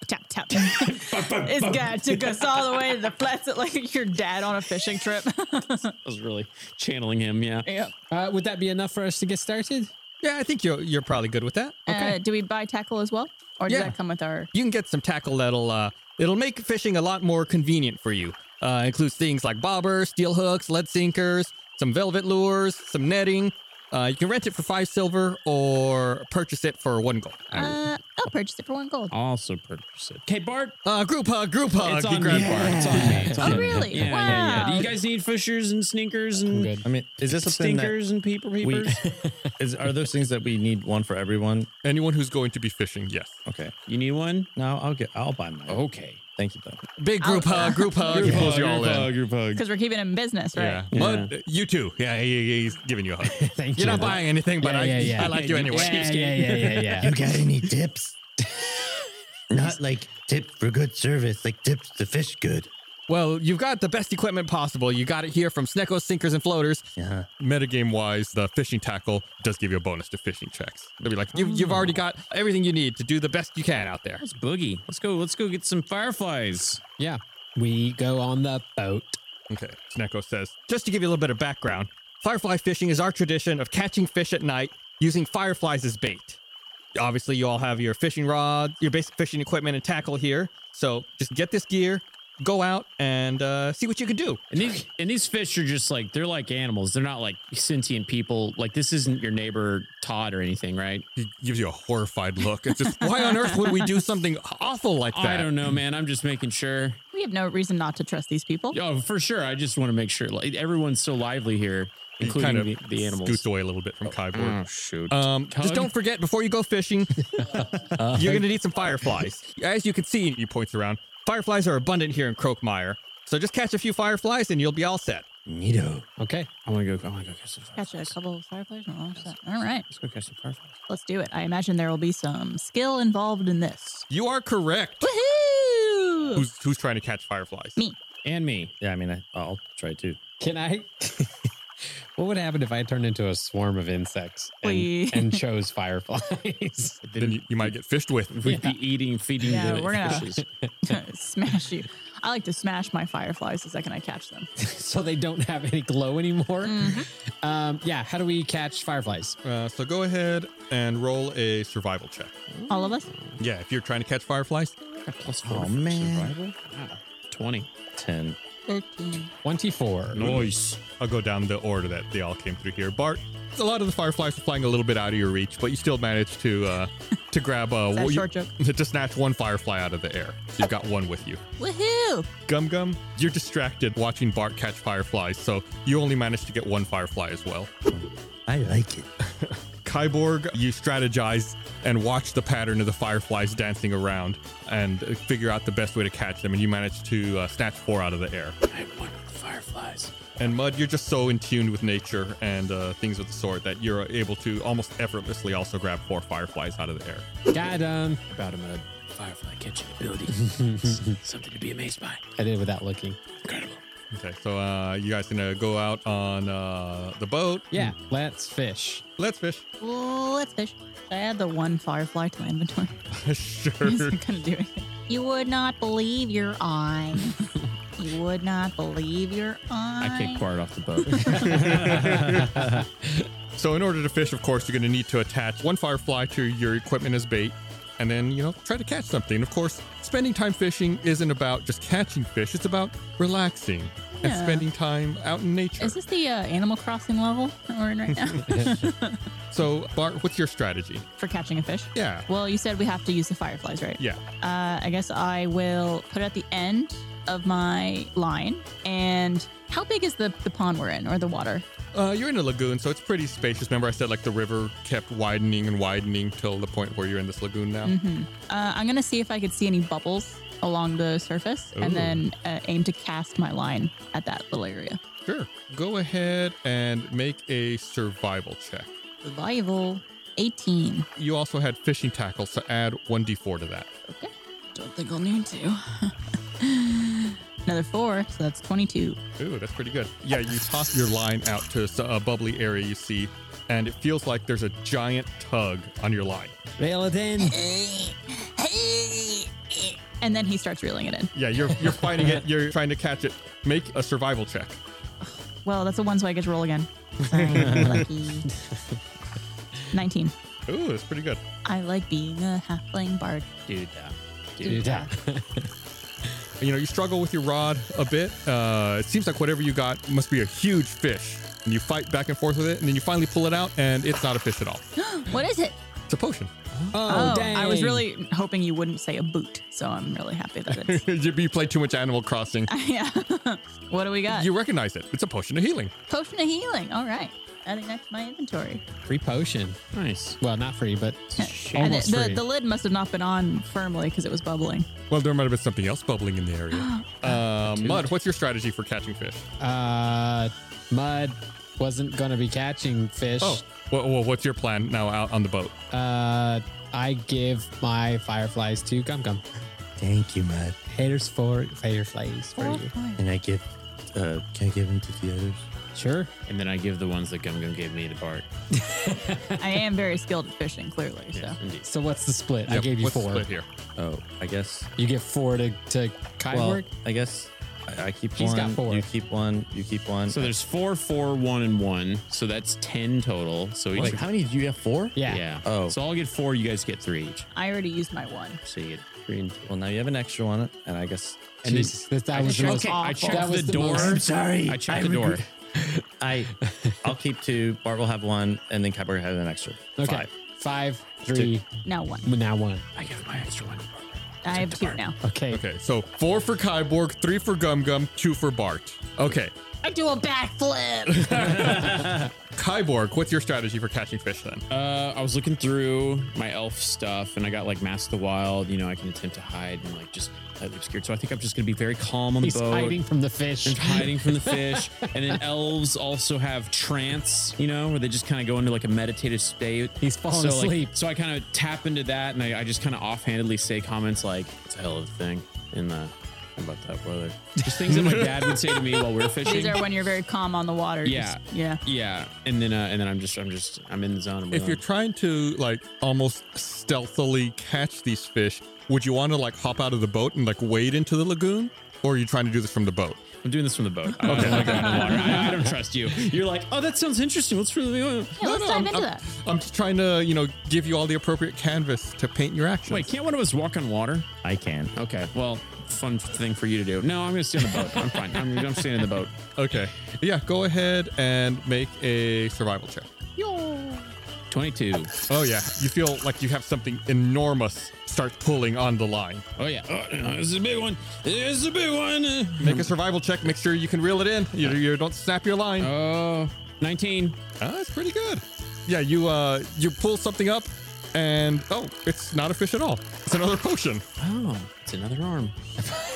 tap, tap. this guy took us all the way to the flats, like your dad on a fishing trip. I was really channeling him. Yeah. yep. uh, would that be enough for us to get started? Yeah, I think you're, you're probably good with that. Uh, do we buy tackle as well? Or does Yeah. that come with our. You can get some tackle that'll, uh, it'll make fishing a lot more convenient for you. Uh, includes things like bobbers, steel hooks, lead sinkers, some velvet lures, some netting. Uh, you can rent it for five silver or purchase it for one gold. Uh, I'll purchase it for one gold. Also purchase it. Okay, Bart. Uh, group hug, group hug. It's He on me. grabs Bart. Bart. It's on me. It's on Oh, me. really? Yeah, yeah, yeah. Do Wow. you guys need fishers and sneakers and good. I mean, is this something stinkers and peeper that we peepers? is? Are those things that we need one for everyone? Anyone who's going to be fishing, yes. Okay. you need one? No, I'll get. I'll buy mine. Okay. Thank you though. Big group Oh. hug, group hug. He pulls you all in. Because we're keeping him in business, right? Yeah. But uh, you too. Yeah, he, he's giving you a hug. Thank You're you. not buying anything, but Yeah, I, yeah, yeah. I like you anyway. Yeah, yeah, yeah, yeah, yeah. You got any tips? Not like tip for good service, like tips to fish good. Well, you've got the best equipment possible. You got it here from Snecko Sinkers and Floaters. Uh-huh. Yeah. Metagame wise, the fishing tackle does give you a bonus to fishing checks. They'll be like, you, you've already got everything you need to do the best you can out there. Let's Oh. boogie. Let's go. Let's go get some fireflies. Yeah. We go on the boat. Okay. Sneko says, just to give you a little bit of background, firefly fishing is our tradition of catching fish at night using fireflies as bait. Obviously, you all have your fishing rod, your basic fishing equipment, and tackle here. So just get this gear, go out, and uh, see what you can do. And these and these fish are just like they're like animals. They're not like sentient people. Like this isn't your neighbor Todd or anything, right? He gives you a horrified look. It's just, why on earth would we do something awful like I don't know, man. I'm just making sure. We have no reason not to trust these people. Oh, for sure. I just want to make sure. Like everyone's so lively here, including the, the animals. away a little bit from Kyborg. Oh shoot. Um, just Tug? don't forget before you go fishing, uh, you're gonna need some fireflies. As you can see, he points around. Fireflies are abundant here in Croakmire, so just catch a few fireflies and you'll be all set. Neato. Okay. I want to go. I want to go catch some fireflies. Catch a couple of fireflies. and all that. All right, Let's go catch some fireflies. let's do it. I imagine there will be some skill involved in this. You are correct. Woohoo! Who's who's trying to catch fireflies? Me. And me. Yeah, I mean, I, I'll try too. Can I? What would happen if I turned into a swarm of insects and, Please. and chose fireflies? Then you, you might get fished with. We'd be eating, feeding Yeah, the we're gonna- fishes. smash you. I like to smash my fireflies the second I catch them. so they don't have any glow anymore. Mm-hmm. Um, yeah, how do we catch fireflies? Uh, so go ahead and roll a survival check. All of us? Yeah, if you're trying to catch fireflies, Plus four oh, man. survival. Wow. 20. 10. 24. Nice. I'll go down the order that they all came through here. Bart, a lot of the fireflies are flying a little bit out of your reach, but you still managed to uh, to grab uh, that a what you- short joke? to snatch one firefly out of the air. You've got one with you. Woohoo! Gum Gum, you're distracted watching Bart catch fireflies, so you only managed to get one firefly as well. I like it. Kyborg, you strategize and watch the pattern of the fireflies dancing around and uh, figure out the best way to catch them, and you manage to uh, snatch four out of the air. I want fireflies. And Mud, you're just so in tune with nature and uh, things of the sort that you're able to almost effortlessly also grab four fireflies out of the air. Got 'em. About a mud. Firefly catching ability. Something to be amazed by. I did it without looking. Incredible. Okay, so uh, you guys gonna go out on uh, the boat? Yeah, let's fish. Let's fish. Let's fish. Should I add the one firefly to my inventory? He's sure. not gonna do anything. You would not believe your eye. you would not believe your eye. I kicked Bart off the boat. So in order to fish, of course, you're gonna need to attach one firefly to your equipment as bait, and then you know try to catch something. Of course, spending time fishing isn't about just catching fish; it's about relaxing and Yeah. spending time out in nature. Is this the uh, Animal Crossing level that we're in right now so Bart, what's your strategy? for catching a fish? Yeah. Well, you said we have to use the fireflies, right? Yeah. Uh, I guess I will put it at the end of my line. And how big is the, the pond we're in or the water? Uh, you're in a lagoon, so it's pretty spacious. Remember, I said like the river kept widening and widening till the point where you're in this lagoon Oh. now. Uh, I'm going to see if I could see any bubbles along the surface Ooh. and then uh, aim to cast my line at that little area. Sure. Go ahead and make a survival check. Survival 18. You also had fishing tackle, so add 1d4 to that. Okay. Don't think I'll need to. Another four, so that's 22. Ooh, that's pretty good. Yeah, you toss your line out to s- a bubbly area you see, and it feels like there's a giant tug on your line. Reel it in. And then he starts reeling it in. Yeah, you're you're finding it. You're trying to catch it. Make a survival check. Well, that's a one, so I get to roll again. I'm lucky. 19. Ooh, that's pretty good. I like being a halfling bard. Dude, uh, Dude, yeah. You know, you struggle with your rod a bit. Uh, it seems like whatever you got must be a huge fish, and you fight back and forth with it, and then you finally pull it out, and it's not a fish at all. What is it? It's a potion. Oh, I was dang. really hoping you wouldn't say a boot, so I'm really happy that it's. you you play too much Animal Crossing. yeah. what do we got? You recognize it. It's a potion of healing. Potion of healing. All right. I think that's my inventory. free potion. nice. Well, not free, but And the, almost the, free. the lid must have not been on firmly because it was bubbling. Well, there might have been something else bubbling in the area. Uh, Mud, what's your strategy for catching fish? uh, mud wasn't gonna be catching fish. Oh, well, well, what's your plan now out on the boat? Uh, I give my fireflies to Gum Gum. Thank you, Mud. Haters for fireflies for you. And I give, uh, can I give them to the others? Sure. And then I give the ones that Gum Gum gave me to Bart. I am very skilled at fishing, clearly. Yeah, So indeed. So what's the split? I Yep, gave you what's the four. Split here. Oh, I guess. You give four to to Kyborg. Well, I guess I, I keep He's one. got four. You keep one. You keep one. So there's four, four, one, and one. So that's 10 total. So each. Wait, how many do you have? Four? yeah. Yeah. Oh. So I'll get four. You guys get three each. I already used my one. So you get three and Well, now you have an extra one, and I guess And then- Jesus, that, that was the checked- most. okay, I awful. checked that was the door. most- I'm sorry. I checked the door. I, I'll keep two. Bart will have one, and then Kyber has an extra. okay. Five. Five, three, Now one. now one. I give my extra one. I have two now. Okay. Okay, so four for Kyborg, three for Gum Gum, two for Bart. Okay, I do a backflip. Kyborg, what's your strategy for catching fish then? Uh, I was looking through my elf stuff, and I got like Mask of the Wild. You know, I can attempt to hide and like just slightly obscured. So I think I'm just gonna be very calm on the He's boat. hiding from the fish. and hiding from the fish. and then elves also have trance, you know, where they just kind of go into like a meditative state. He's falling so, like- asleep. so I kind of tap into that and I, I just kind of offhandedly say comments like, it's a hell of a thing. And uh, about that weather. Just things that my dad would say to me while we were fishing. These are when you're very calm on the water. Yeah. Just- yeah. Yeah, and then uh, and then I'm just I'm just I'm in the zone. I'm If you're alone. trying to like almost stealthily catch these fish, would you want to like hop out of the boat and like wade into the lagoon, or are you trying to do this from the boat? I'm doing this from the boat. I don't like that in the water. I, I don't trust you. You're like, oh, that sounds interesting. Let's really. Uh. Yeah, let's dive I'm, into I'm- that. I'm just trying to you know give you all the appropriate canvas to paint your actions. Wait, can't one of us walk on water? I can. Okay, well, fun thing for you to do. No, I'm gonna stay on the boat. I'm fine. I'm, I'm staying in the boat. Okay. Yeah, go ahead and make a survival check. 22. Oh yeah, you feel like you have something enormous start pulling on the line. Oh yeah, oh, no, this is a big one. This is a big one. Make a survival check. Make sure you can reel it in. You, you don't snap your line. Oh, 19. Ah, that's pretty good. Yeah, you uh you pull something up and oh, it's not a fish at all. It's another potion. Oh, it's another arm. Oh,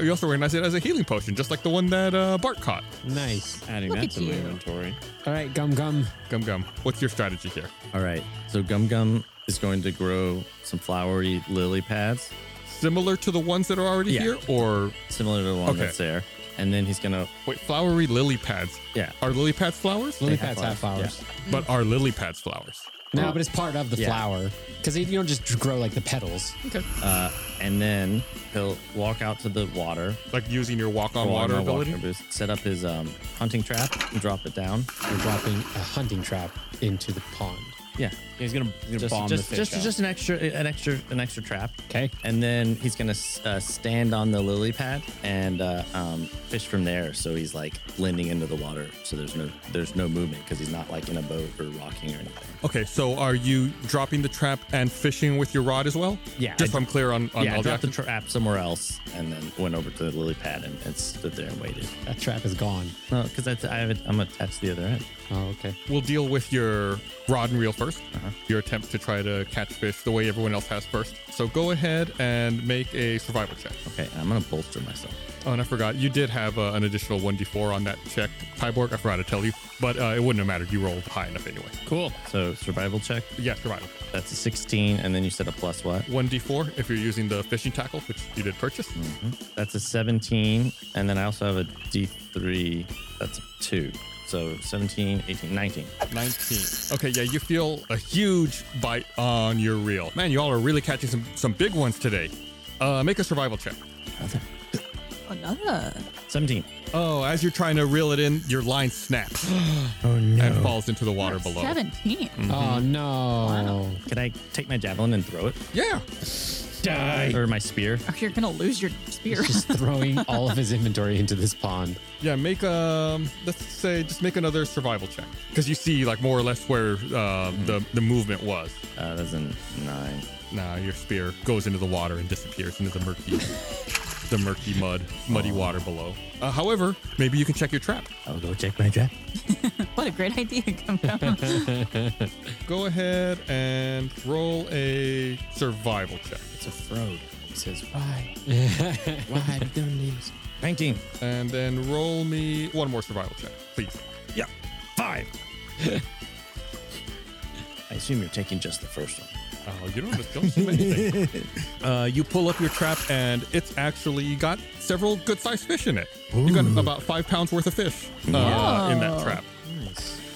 You also recognize it as a healing potion, just like the one that uh, Bart caught. Nice. Adding Look that at to my you. inventory. All right, gum gum. Gum Gum, what's your strategy here? All right. So Gum Gum is going to grow some flowery lily pads, Similar to the ones that are already Yeah. here, or similar to the one Okay. that's there. And then he's going to, wait, flowery lily pads? yeah. Are lily pads flowers? Lily They have pads have flowers. flowers. Mm-hmm. But are lily pads flowers? No, but it's part of the Yeah. flower because you don't just grow like the petals. Uh, and then he'll walk out to the water, Like using your walk on Well, water I'm not ability? walking boots. set up his um, hunting trap and drop it down. You're dropping a hunting trap into the pond. Yeah. He's gonna, he's gonna Just, bomb just, the fish just, out. just an extra, uh, an extra, an extra trap. Okay. And then he's gonna uh, stand on the lily pad and uh, um, fish from there. So he's like blending into the water. So there's no, there's no movement because he's not like in a boat or rocking or anything. Okay, so are you dropping the trap and fishing with your rod as well? Yeah, Just I- so I'm clear on, on yeah, I all the dropped the actions. trap somewhere else and then went over to the lily pad and, and stood there and waited. That trap is gone. No, because I, I have it, I'm attached to the other end. Oh, okay. We'll deal with your rod and reel 1st Uh-huh. Your attempt to try to catch fish the way everyone else has first. So go ahead and make a survival check. Okay, and I'm gonna bolster myself. Oh, and I forgot you did have uh, an additional one d4 on that check, Tyborg. I forgot to tell you, but uh, it wouldn't have mattered. You rolled high enough anyway. Cool. So survival check. Yeah, survival. That's a 16, and then you said a plus what? One d4 if you're using the fishing tackle, which you did purchase. That's a 17, and then I also have a D3. That's a two. So 17, 18, 19. 19. Okay, yeah, you feel a huge bite on your reel. Man, you all are really catching some some big ones today. Uh, make a survival check. Another. 17. Oh, as you're trying to reel it in, your line snaps and falls into the water below. Mm-hmm. 17. Oh no. Can I take my javelin and throw it, Yeah. or my spear? Oh, You're going to lose your spear. Just throwing all of his inventory into this pond. Yeah, make um let's say just make another survival check. Because you see like more or less where uh, Mm-hmm. the, the movement was. Uh, that's a nine. Nah, your spear goes into the water and disappears into the murky the murky mud, Oh. muddy water below. Uh, however, maybe you can check your trap. I'll go check my trap. what a great idea, Gum Gum. Go ahead and roll a survival check. It's a frode. He says, why? why have you done this? 19. And then roll me one more survival check, please. Yeah. Five. I assume you're taking just the first one. Oh, you don't just don't assume anything. uh, you pull up your trap, and it's actually got several good sized fish in it. You got about five pounds worth of fish uh, in that Oh, trap.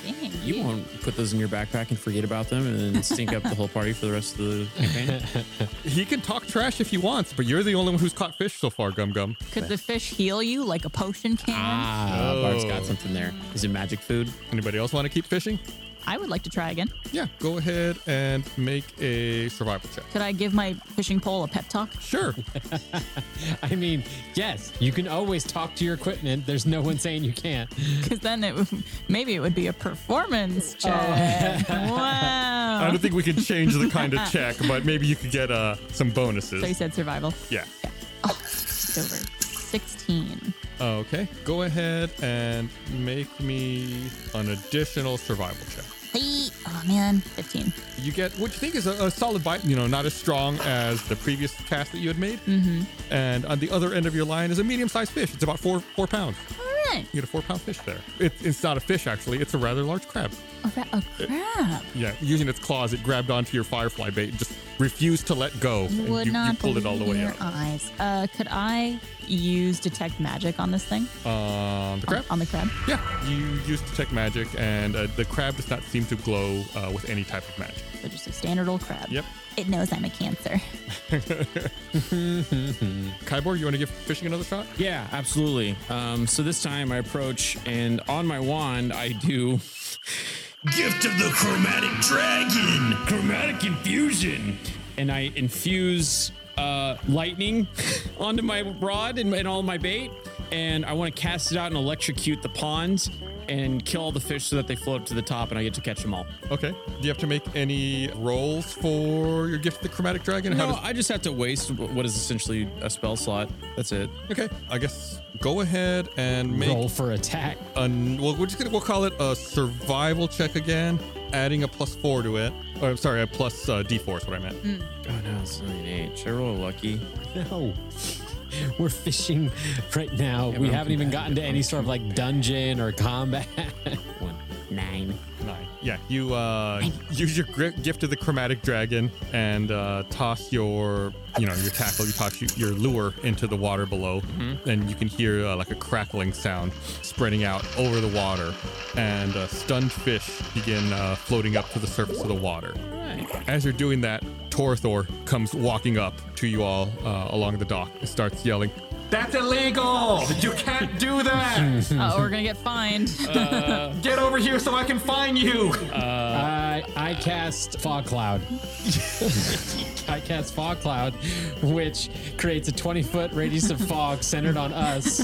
Dang. You won't put those in your backpack and forget about them and then stink up the whole party for the rest of the campaign. He can talk trash if he wants, but you're the only one who's caught fish so far, Gum Gum. Could the fish heal you like a potion can? Ah, Bart's got something there. Is it magic food? Oh. Anybody else want to keep fishing? I would like to try again. Yeah, go ahead and make a survival check. Could I give my fishing pole a pep talk? Sure. I mean, yes, you can always talk to your equipment. There's no one saying you can't. Because then it would- maybe it would be a performance check. I wow. don't think we can change the kind of check, but maybe you could get uh, some bonuses. So you said survival. yeah. It's over. 16. Okay. Go ahead and make me an additional survival check. Hey, oh man, 15. You get what you think is a, a solid bite, you know, not as strong as the previous cast that you had made. Mm-hmm. And on the other end of your line is a medium sized fish. It's about four four pounds. All right. You get a four pound fish there. It, it's not a fish, actually. It's a rather large crab. Oh, crap. Yeah. Using its claws, it grabbed onto your firefly bait and just refused to let go. and Would you, you not pulled it all the believe in way your up. eyes. Uh, could I use detect magic on this thing? Um, the crab? On the crab? yeah, you used detect magic, and uh, the crab does not seem to glow uh, with any type of magic. So just a standard old crab. Yep. It knows I'm a cancer. Kybor, you want to give fishing another shot? Yeah, absolutely. Um, so this time I approach, and on my wand, I do Gift of the Chromatic Dragon, Chromatic Infusion, and I infuse uh, lightning onto my rod and, and all my bait, and I want to cast it out and electrocute the ponds and kill all the fish so that they float up to the top, and I get to catch them all. Okay. Do you have to make any rolls for your gift of the chromatic dragon? No, does- I just have to waste what is essentially a spell slot. That's it. okay. I guess go ahead and make Roll for attack. an. Well, we're just gonna we'll call it a survival check again, adding a plus four to it. Or I'm sorry, a plus uh, D4 is what I meant. Oh no, it's nine H. I roll lucky. No. We're fishing right now. we I'm haven't even gotten to any sort of like dungeon or combat. One nine. Nine. Yeah. You uh, use your gri- gift of the chromatic dragon and uh, toss your you know your tackle, you toss your, your lure into the water below, Mm-hmm. and you can hear uh, like a crackling sound spreading out over the water, and uh, stunned fish begin uh, floating up to the surface of the water. As you're doing that, Torthor comes walking up to you all uh, along the dock and starts yelling, "That's illegal! You can't do that! Oh, we're gonna get fined. Uh, Uh, Get over here so I can find you!" I I cast fog cloud. I cast fog cloud, which creates a twenty foot radius of fog centered on us,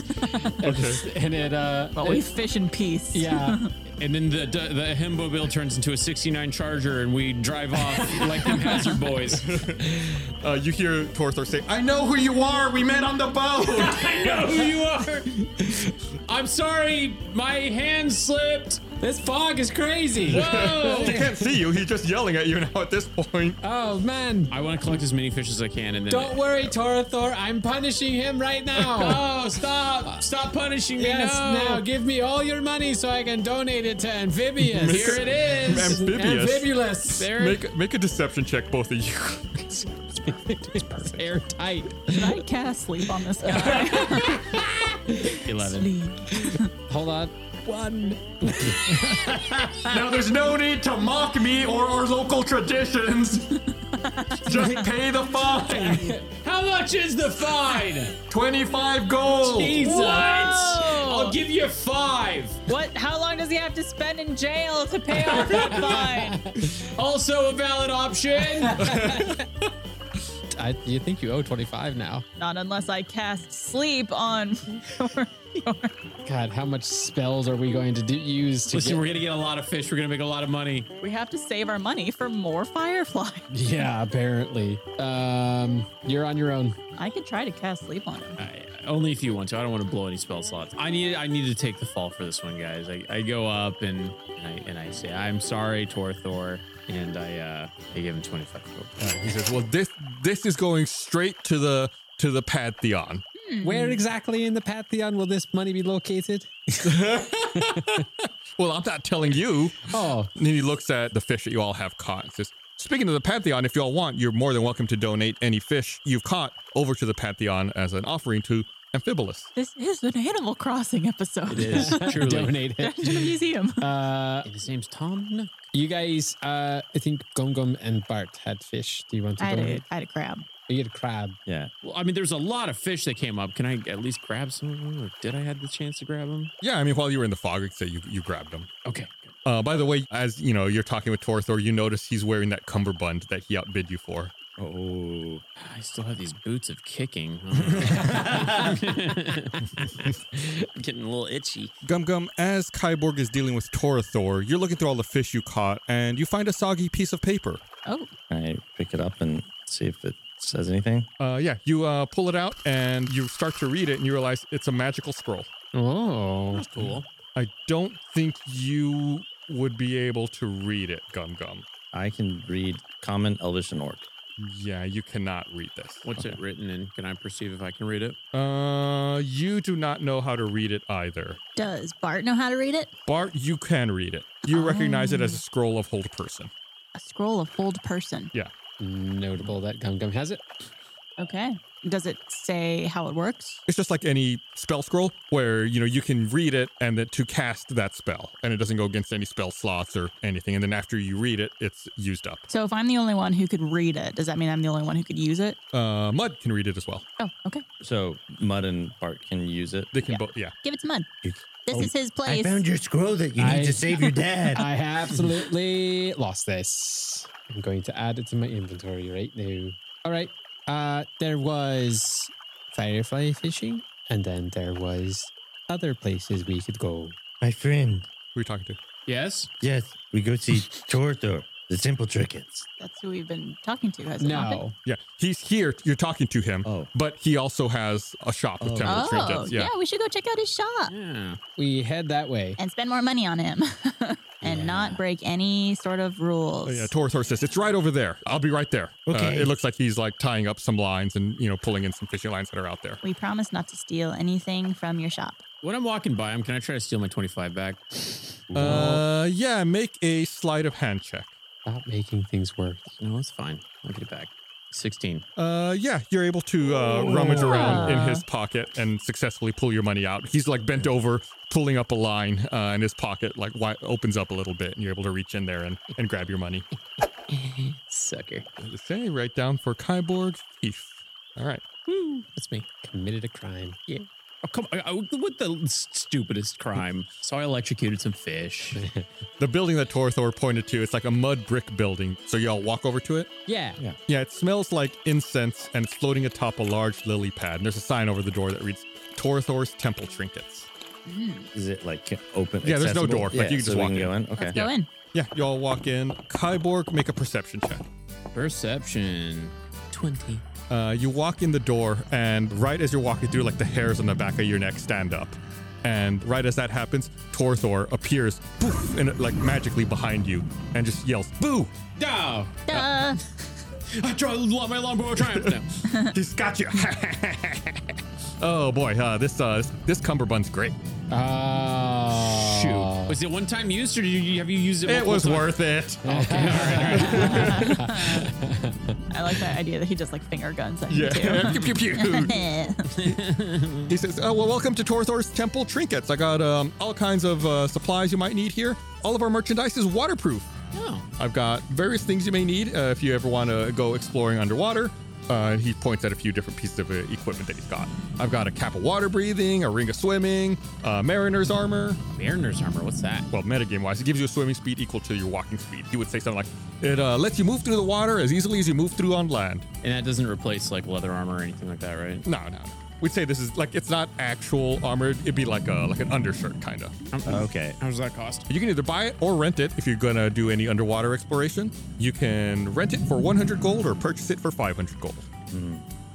and, and it uh but we fish in peace. yeah And then the the, the himbo bill turns into a '69 Charger, and we drive off like the Hazard Boys. Uh, you hear Torthor say, I know who you are. We met on the boat. I know who you are. I'm sorry, my hand slipped. this fog is crazy. he Oh. can't see you. He's just yelling at you now at this point. Oh man. I want to collect as many fish as I can, and then Don't worry, Torathor. I'm punishing him right now. Oh, stop! Stop punishing me yes, no. now give me all your money so I can donate it to Amphibious. Here it is. Amphibious. Amphibious. There- Make, make a deception check, both of you. Airtight. Should I cast sleep on this guy? Eleven. Sleep. Hold on. One. Ah. now, there's no need to mock me or our local traditions. just pay the fine. How much is the fine? 25 gold. What? I'll give you five. What? How long does he have to spend in jail to pay off that fine? Also a valid option. I, you think you owe 25 now. Not unless I cast sleep on. God, how much spells are we going to do, use to Listen, get- we're gonna get a lot of fish. We're gonna make a lot of money. we have to save our money for more firefly. Yeah, apparently. Um, you're on your own. I could try to cast sleep on him. I, only if you want to. I don't want to blow any spell slots. I need I need to take the fall for this one, guys. I, I go up and I and I say I'm sorry, Torthor, and I uh I give him 25 gold. He says, Well, this this is going straight to the to the Pantheon. Hmm. Where exactly in the Pantheon will this money be located? Well, I'm not telling you. Oh, And then he looks at the fish that you all have caught and says, Speaking of the Pantheon, if you all want, you're more than welcome to donate any fish you've caught over to the Pantheon as an offering to Amphibolus. This is an Animal Crossing episode. It is. Truly, donate it. a museum. his name's Tom Nook. Uh, You guys, uh, I think Gum Gum and Bart had fish. Do you want to I, had a, donate? I had a crab. You get a crab. Yeah. Well, I mean, there's a lot of fish that came up. Can I at least grab some of them, or did I have the chance to grab them? Yeah, I mean, while you were in the fog, I'd say you, you grabbed him. Okay. Uh, by the way, as you know, you're talking with Torthor, you notice he's wearing that cummerbund that he outbid you for. Oh, I still have these boots of kicking. I'm getting a little itchy. Gum Gum, as Kyborg is dealing with Torthor, you're looking through all the fish you caught and you find a soggy piece of paper. Oh, I pick it up and see if it says anything. Uh, yeah, you uh, pull it out and you start to read it and you realize it's a magical scroll. Oh, Cool. I don't think you would be able to read it, Gum Gum. I can read Common, Elvish, and Orc. Yeah, you cannot read this. What's it written in? Can I perceive if I can read it? Uh, you do not know how to read it either. Does Bart know how to read it? Bart, you can read it. You recognize it as a scroll of Hold Person. a scroll of old person. Yeah. notable that Gum Gum has it. Okay. Does it say how it works? It's just like any spell scroll where you know you can read it and that to cast that spell, and it doesn't go against any spell slots or anything. And then after you read it, it's used up. So if I'm the only one who could read it, does that mean I'm the only one who could use it? Uh, Mud can read it as well. Oh, okay. So Mud and Bart can use it. They can both. Yeah. Give it to Mud. It's- This is his place. oh, your scroll that you I- save your dad. I absolutely lost this. I'm going to add it to my inventory right now. All right. Uh, there was firefly fishing, and then there was other places we could go. My friend. Who are you talking to? Yes. Yes, we go see Torthor, the simple trinkets. That's who we've been talking to, has it not been? No, Yeah, he's here. You're talking to him, Oh. but he also has a shop with temple Oh, trinkets. yeah. Yeah. we should go check out his shop Yeah. we head that way. and spend more money on him and not break any sort of rules. Oh, yeah, Torthor says it's right over there. I'll be right there. Uh, Okay. it looks like he's like tying up some lines and you know pulling in some fishing lines that are out there. we promise not to steal anything from your shop. When I'm walking by him, can I try to steal my 25 back? Uh, yeah. Make a sleight of hand check. Stop making things worse. No, it's fine. I'll get it back. 16. Uh, yeah, you're able to uh, rummage around in his pocket and successfully pull your money out. He's like bent over, pulling up a line, uh, and his pocket like wi- opens up a little bit, and you're able to reach in there and, and grab your money. Mm-hmm. Sucker. Say right down for Kyborg thief. All right. That's me. Committed a crime. Yeah. Hmm. Oh, come on. I- I- What the stupidest crime? So I electrocuted some fish. The building that Torthor pointed to, it's like a mud brick building. So y'all walk over to it. Yeah. yeah. Yeah, it smells like incense and it's floating atop a large lily pad. And there's a sign over the door that reads Torthor's Temple Trinkets. Is it like open? Yeah, there's no accessible? door. Like, Yeah, you can so just we walk in. go in. Okay. Let's go in. Yeah, y'all walk in. Kyborg, make a perception check. Perception. 20. Uh, you walk in the door, and right as you're walking through, like the hairs on the back of your neck stand up. And right as that happens, Torthor appears, poof, and like magically behind you, and just yells, "Boo!" Duh! Duh. Uh, I draw my longbow of triumph now. He's got you. oh boy, uh, this uh, this cummerbund's great. Oh. Uh, Shoot. Was it one time used or did you, have you used it? It multiple was times? worth it. I like that idea that he just like finger guns at you too. Yeah. Pew, pew, pew. he says, oh, well, welcome to Torthor's Temple Trinkets. I got um, all kinds of uh, supplies you might need here. All of our merchandise is waterproof. Oh. I've got various things you may need uh, if you ever want to go exploring underwater. Uh, and he points at a few different pieces of uh, equipment that he's got. I've got a cap of water breathing, a ring of swimming, uh, mariner's armor. Mariner's armor. What's that? Well, metagame wise, it gives you a swimming speed equal to your walking speed. He would say something like, it uh, lets you move through the water as easily as you move through on land. And that doesn't replace like leather armor or anything like that, right? No, no, no. We'd say this is like it's not actual armor. It'd be like a like an undershirt kind of. Okay. How does that cost? You can either buy it or rent it if you're gonna do any underwater exploration. You can rent it for 100 gold or purchase it for 500 gold.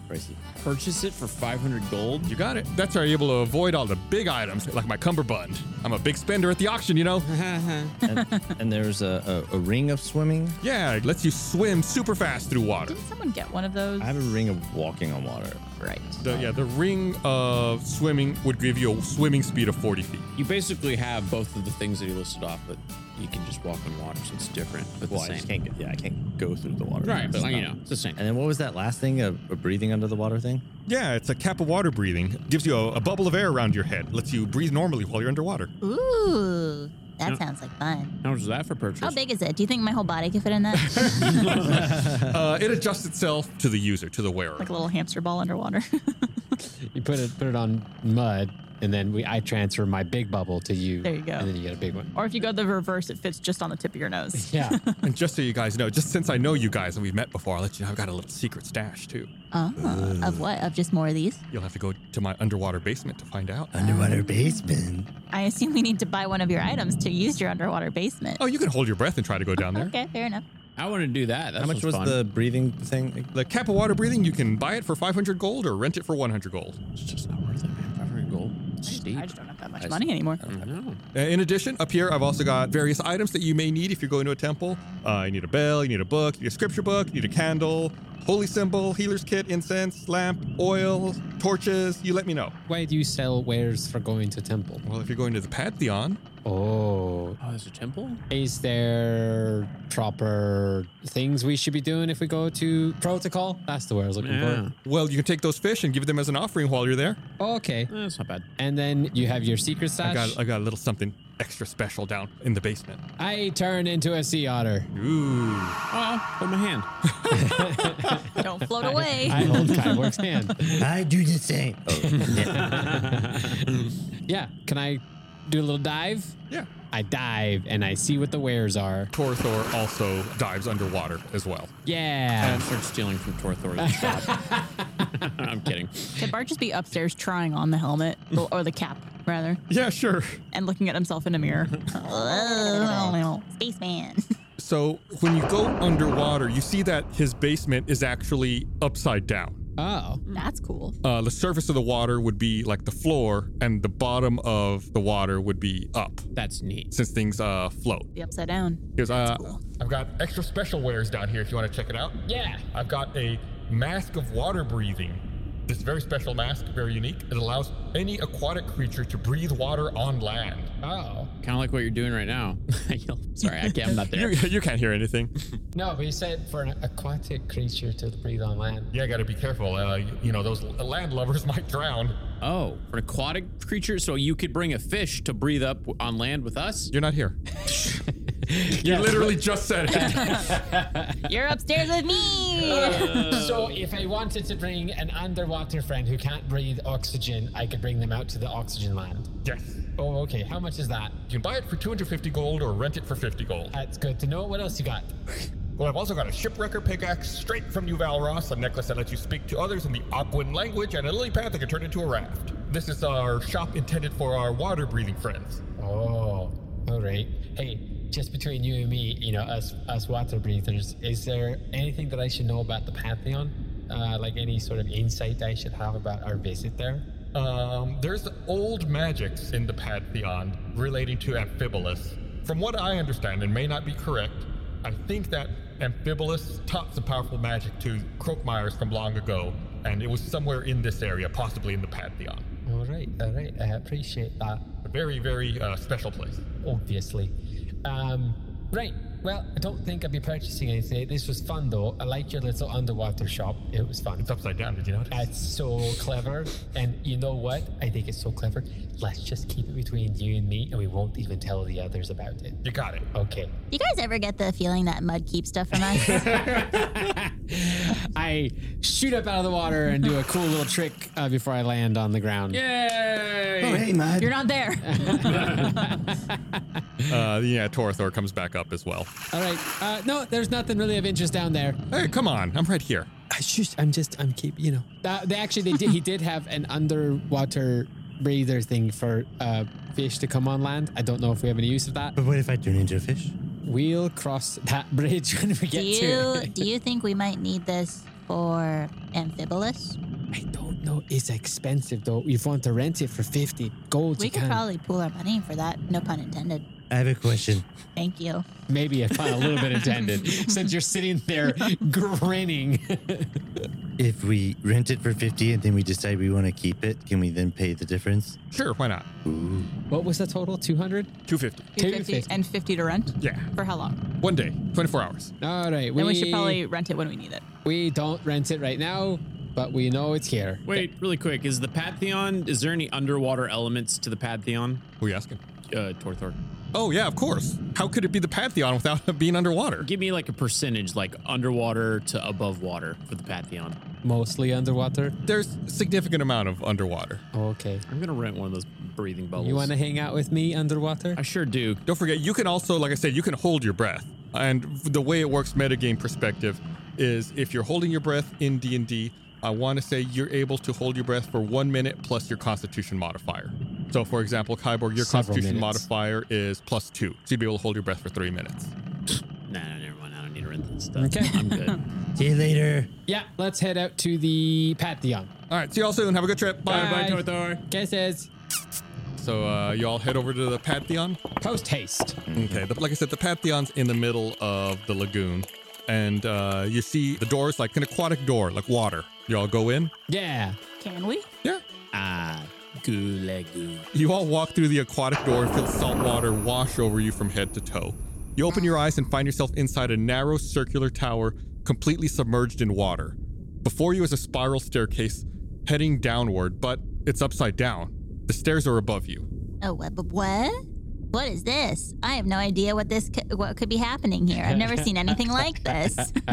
Pricey. Purchase it for 500 gold? You got it. That's how you're able to avoid all the big items like my cummerbund. I'm a big spender at the auction, you know. And, and there's a, a, a ring of swimming. yeah, it lets you swim super fast through water. Didn't someone get one of those? I have a ring of walking on water. Right. The, yeah, the ring of swimming would give you a swimming speed of 40 feet. You basically have both of the things that he listed off, but you can just walk on water, so it's different, but Well, I the just same. can't. Get, yeah, I can't go through the water. Right, but It's like, you not- know, it's the same. And then what was that last thing? A, a breathing under the water thing? Yeah, it's a cap of water breathing. Gives you a, a bubble of air around your head. Lets you breathe normally while you're underwater. Ooh, that sounds like fun. How much is that for purchase? How big is it? Do you think my whole body could fit in that? Uh, it adjusts itself to the user, to the wearer. Like a little hamster ball underwater. You put it put it on mud, and then we I transfer my big bubble to you. There you go. And then you get a big one. or if you go the reverse, it fits just on the tip of your nose. Yeah. And just so you guys know, just since I know you guys and we've met before, I'll let you know I've got a little secret stash too. oh, of what? Of just more of these? You'll have to go to my underwater basement to find out. Underwater basement. I assume we need to buy one of your items to use your underwater basement. Oh, you can hold your breath and try to go down there. Okay, fair enough. I want to do that. That How much was fun. the breathing thing? The cap of water breathing, you can buy it for 500 gold or rent it for 100 gold. It's just not worth it, man. 500 gold. It's steep. I just don't have that much money anymore. Uh, In addition, up here, I've also got various items that you may need if you're going to a temple. Uh, you need a bell, you need a book, you need a scripture book, you need a candle, holy symbol, healer's kit, incense, lamp, oil, torches. You let me know. Why do you sell wares for going to temple? Well, if you're going to the Pantheon. Oh. Oh, there's a temple? Is there proper things we should be doing if we go to protocol? That's the word I was looking for. Well, you can take those fish and give them as an offering while you're there. Okay. That's Eh, not bad. And then you have your secret I stash. got, I got a little something extra special down in the basement. I turn into a sea otter. Ooh. Oh, hold my hand. Don't float away. I hold Kyborg's hand. I do the same. Yeah. Can I do a little dive? Yeah. I dive and I see what the wares are. Torthor also dives underwater as well. Yeah. And start stealing from Torthor's shop. I'm kidding. Could Bart just be upstairs trying on the helmet or the cap rather, Yeah, sure. and looking at himself in a mirror? Spaceman. So when you go underwater, you see that his basement is actually upside down. Oh. That's cool. Uh, the surface of the water would be like the floor, and the bottom of the water would be up That's neat. since things uh, float. The upside down. He goes, uh, I've got extra special wares down here if you want to check it out. Yeah. I've got a mask of water breathing. This very special mask, very unique. It allows any aquatic creature to breathe water on land. Oh. Kind of like what you're doing right now. I yell- Sorry, I can't, I'm not You, there. you can't hear anything. No, but you said for an aquatic creature to breathe on land. Yeah, gotta be careful. Uh, you, you know, those land lovers might drown. Oh, for an aquatic creature, so you could bring a fish to breathe up on land with us? You're not here. you literally just said it. You're upstairs with me. so if I wanted to bring an underwater friend who can't breathe oxygen, I could bring them out to the oxygen land. yes. Oh, okay. How much is that? You can buy it for 250 gold or rent it for 50 gold. That's good to know. What else you got? Well, I've also got a shipwrecker pickaxe straight from New Valros, a necklace that lets you speak to others in the Aquan language, and a lily pad that can turn into a raft. This is our shop intended for our water breathing friends. Oh, all right. Hey, just between you and me, you know, us us water breathers, is there anything that I should know about the Pantheon? Uh, like any sort of insight I should have about our visit there? Um, there's old magics in the Pantheon relating to Amphibolus. From what I understand, and may not be correct, I think that Amphibolus taught some powerful magic to Croakmires from long ago, and it was somewhere in this area, possibly in the Pantheon. All right, all right. I appreciate that. A very, very uh, special place. Obviously. Um, right. Well, I don't think I'll be purchasing anything. This was fun though. I like your little underwater shop. It was fun. It's upside down, did you notice? That's so clever. And you know what? I think it's so clever. Let's just keep it between you and me, and we won't even tell the others about it. You got it. Okay. You guys ever get the feeling that mud keeps stuff from us? I shoot up out of the water and do a cool little trick uh, before I land on the ground. Yeah. Oh, hey, man. You're not there. Uh, yeah, Torthor comes back up as well. All right. Uh, no, there's nothing really of interest down there. Hey, come on, I'm right here. I just, I'm just, I'm keep, you know. Uh, they actually, they did. He did have an underwater breather thing for uh, fish to come on land. I don't know if we have any use of that. But what if I turn into a fish? We'll cross that bridge when do we get to. you do you think we might need this for amphibolus? I don't know. It's expensive though. If you want to rent it for fifty gold, We you could can. probably pool our money for that. No pun intended. I have a question. Thank you. Maybe a, a little bit intended, since you're sitting there grinning. If we rent it for 50 and then we decide we want to keep it, can we then pay the difference? Sure, why not? what was the total? Two hundred. 250. 250 and 50 to rent. Yeah. For how long? One day, 24 hours. All right. Then we should probably rent it when we need it. we don't rent it right now, but we know it's here. Wait, really quick. Is the Pantheon, is there any underwater elements to the Pantheon? Who are you asking? Uh, Torthor. Oh, yeah, of course. How could it be the Pantheon without it being underwater? Give me like a percentage, like underwater to above water for the Pantheon. Mostly underwater. There's significant amount of underwater. Okay. I'm going to rent one of those breathing bubbles. You want to hang out with me underwater? I sure do. Don't forget, you can also, like I said, you can hold your breath. And the way it works, metagame perspective, is if you're holding your breath in D and D, I want to say you're able to hold your breath for one minute plus your Constitution modifier. So, for example, Kyborg, your Several Constitution minutes. modifier is plus two, so you'd be able to hold your breath for three minutes. Nah, nah, never mind. I don't need to rent this stuff. Okay. I'm good. See you later. Yeah, let's head out to the Pantheon. All right, see y'all soon. Have a good trip. Bye. Bye. Torthor. Kisses. So, uh, y'all head over to the Pantheon. Post haste. Okay, the, like I said, the Pantheon's in the middle of the lagoon. and uh, you see the door is like an aquatic door, like water. Y'all go in. Yeah. Can we? Yeah. Ah, goo goo. You all walk through the aquatic door and feel salt water wash over you from head to toe. You open your eyes and find yourself inside a narrow circular tower completely submerged in water. Before you is a spiral staircase heading downward, but it's upside down. The stairs are above you. Oh, what? What? What is this? I have no idea what this could, what could be happening here. I've never seen anything like this.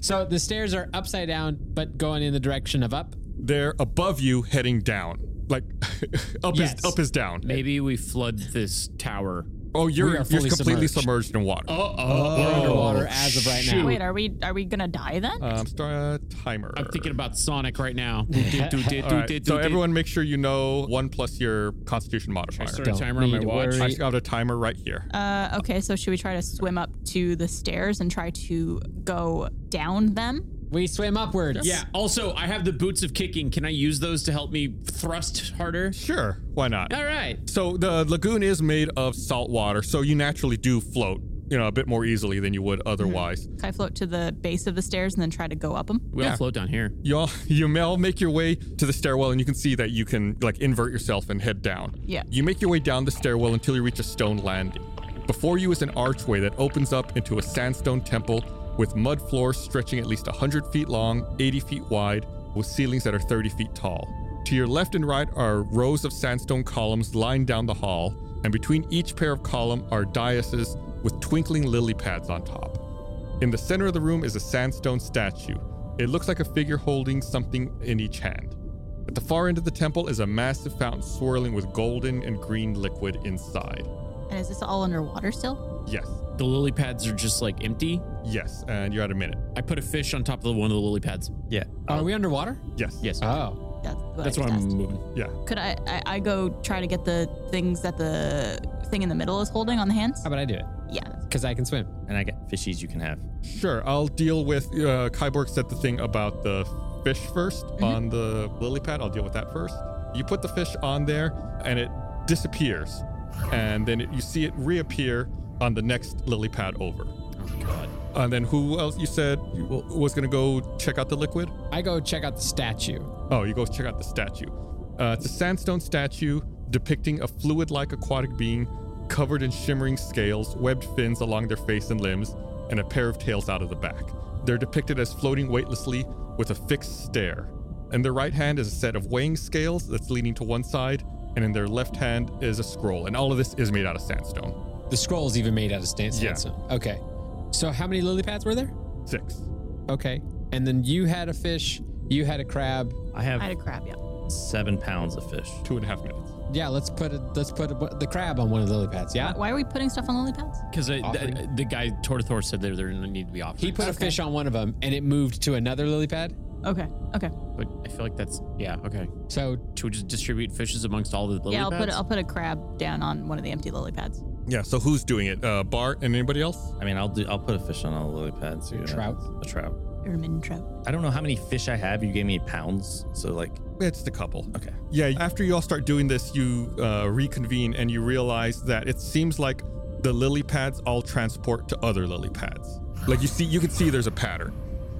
So the stairs are upside down, but going in the direction of up. They're above you heading down. Like up Yes. is up is down. Maybe we flood this tower. Oh, We you're, are you're fully completely submerged. submerged. in water. Oh, We're underwater as of right now. Wait, are we are we gonna die then? Um, start a timer. I'm thinking about Sonic right All now. right, So everyone, make sure you know one plus your Constitution modifier. start a Don't timer on my need to watch? worry. I got a timer right here. Uh, okay, so should we try to swim up to the stairs and try to go down them? We swim upwards. Yeah. Also, I have the boots of kicking. Can I use those to help me thrust harder? Sure, why not? All right. So the lagoon is made of salt water, so you naturally do float, you know, a bit more easily than you Hmm. would otherwise. Can I float to the base of the stairs and then try to go up them? We all float down here. Y'all, you may all make your way to the stairwell, and you can see that you can like invert yourself and head down. Yeah. You make your way down the stairwell until you reach a stone landing. Before you is an archway that opens up into a sandstone temple with mud floors stretching at least 100 feet long, 80 feet wide, with ceilings that are 30 feet tall. To your left and right are rows of sandstone columns lined down the hall, and between each pair of column are daises with twinkling lily pads on top. In the center of the room is a sandstone statue. It looks like a figure holding something in each hand. At the far end of the temple is a massive fountain swirling with golden and green liquid inside. And is this all underwater still? Yes, The lily pads are just like empty. yes, and you're at a minute. Uh, I put a fish on top of the one of the lily pads. Yeah. Are we underwater? Yes. Yes. Oh. That's, what That's I why just I'm asked. moving. Yeah. Could I, I I go try to get the things that the thing in the middle is holding on the hands? How about I do it? Yeah. Because I can swim. And I got fishies you can have. Sure, I'll deal with. Uh, Kyborg said the thing about the fish 1st on the lily pad. I'll deal with that first. You put the fish on there, and it disappears, and then it, you see it reappear on the next lily pad over. And Uh, then who else? You said you was gonna go check out the liquid. I go check out the statue. Oh, you go check out the statue. Uh, it's a sandstone statue depicting a fluid like aquatic being covered in shimmering scales, webbed fins along their face and limbs, and a pair of tails out of the back. They're depicted as floating weightlessly with a fixed stare. In their right hand is a set of weighing scales that's leaning to one side, and in their left hand is a scroll. And all of this is made out of sandstone. The scroll's even made out of stan- Yeah. sandstone. Okay. So how many lily pads were there? Six. Okay. And then you had a fish, you had a crab. I I had have a crab, yeah. Uh, seven pounds of fish. Two and a half minutes. Yeah, let's put a, let's put a, the crab on one of the lily pads. Yeah. Why are we putting stuff on lily pads? Because th- Offering. the guy Tortothor said there there need to be options. He put a fish on one of them, and it moved to another lily pad. Okay, okay. but I feel like that's yeah okay. So Should we just distribute fishes amongst all the lily yeah, I'll pads? put I'll put a crab down on one of the empty lily pads. Yeah, so who's doing it? Uh, Bart and anybody else? I mean, I'll do. I'll put a fish on all the lily pads. so you know, Trout? A trout. Ermine trout. I don't know how many fish I have. You gave me pounds, so like, It's the couple. okay. Yeah, after you all start doing this, you uh, reconvene and you realize that it seems like the lily pads all transport to other lily pads. Like you see, you can see there's a pattern.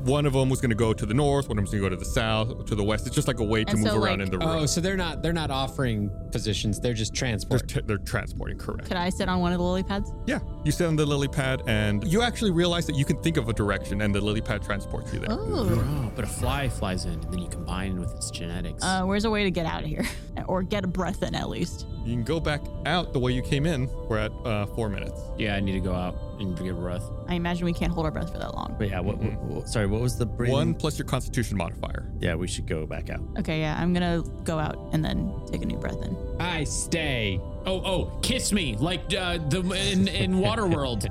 One of them was going to go to the north, one of them's going to go to the south, to the west. It's just like a way to And move so, around like- in the room. oh, so they're not they're not offering positions. They're just they're, transport. t- they're transporting, correct? Could I sit on one of the lily pads? yeah, you sit on the lily pad and you actually realize that you can think of a direction, and the lily pad transports you there. Oh. Oh, but a fly flies in, and then you combine with its genetics. Oh, Uh, where's a way to get out of here, or get a breath in at least? You can go back out the way you came in. We're at uh, four minutes. yeah, I need to go out and get a breath. I imagine we can't hold our breath for that long. But yeah, what, what- what- Sorry, what was the breathing? One plus your Constitution modifier. Yeah, we should go back out. Okay, yeah, I'm gonna go out and then take a new breath in. I stay. Oh, oh, kiss me like uh, the in, in Waterworld.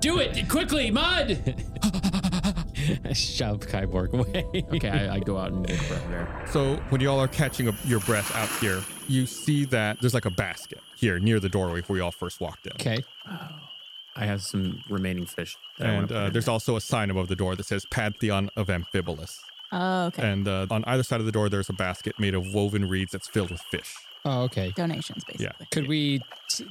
Do it quickly, mud. I shove Kyborg away. Mm-hmm. Okay, I, I go out and get a breath there. So when y'all are catching up your breath out here, you see that there's like a basket here near the doorway where y'all first walked in. Okay. I have some remaining fish. That I wanna And put uh, in there's there. also a sign above the door that says Pantheon of Amphibolus. Oh, okay. And uh, on either side of the door, there's a basket made of woven reeds that's filled with fish. Oh, okay. Donations, basically. Could we?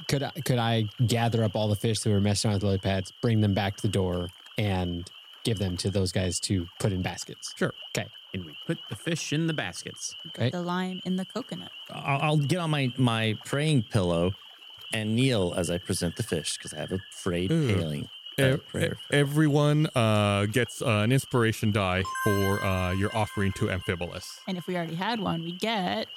Could I? Could I gather up all the fish that were messing around with the lily pads, bring them back to the door, and give them to those guys to put in baskets. Sure. Okay. And we put the fish in the baskets. Okay. The lime in the coconut. I'll, I'll get on my my praying pillow and kneel as I present the fish because I have a frayed Ooh. paling. E- e- Everyone uh, gets uh, an inspiration die for uh, your offering to Amphibolus. And if we already had one, we get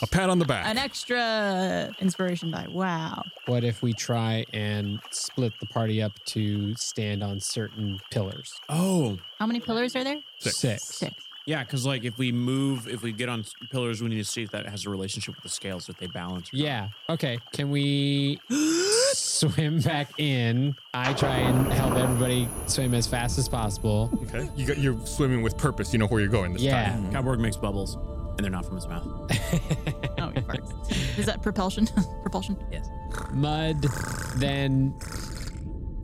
A pat on the back. an extra inspiration die. Wow. What if we try and split the party up to stand on certain pillars? Oh, How many pillars are there? Six. Six. Yeah, because like if we move, if we get on s- pillars, we need to see if that has a relationship with the scales, if they balance. Yeah. Okay. Can we swim back in? I try and help everybody swim as fast as possible. Okay. You got, you're swimming with purpose. You know where you're going this Yeah. time. Mm-hmm. Cowborg makes bubbles, and they're not from his mouth. Oh, he farts. Is that propulsion? propulsion? Yes. Mud, then.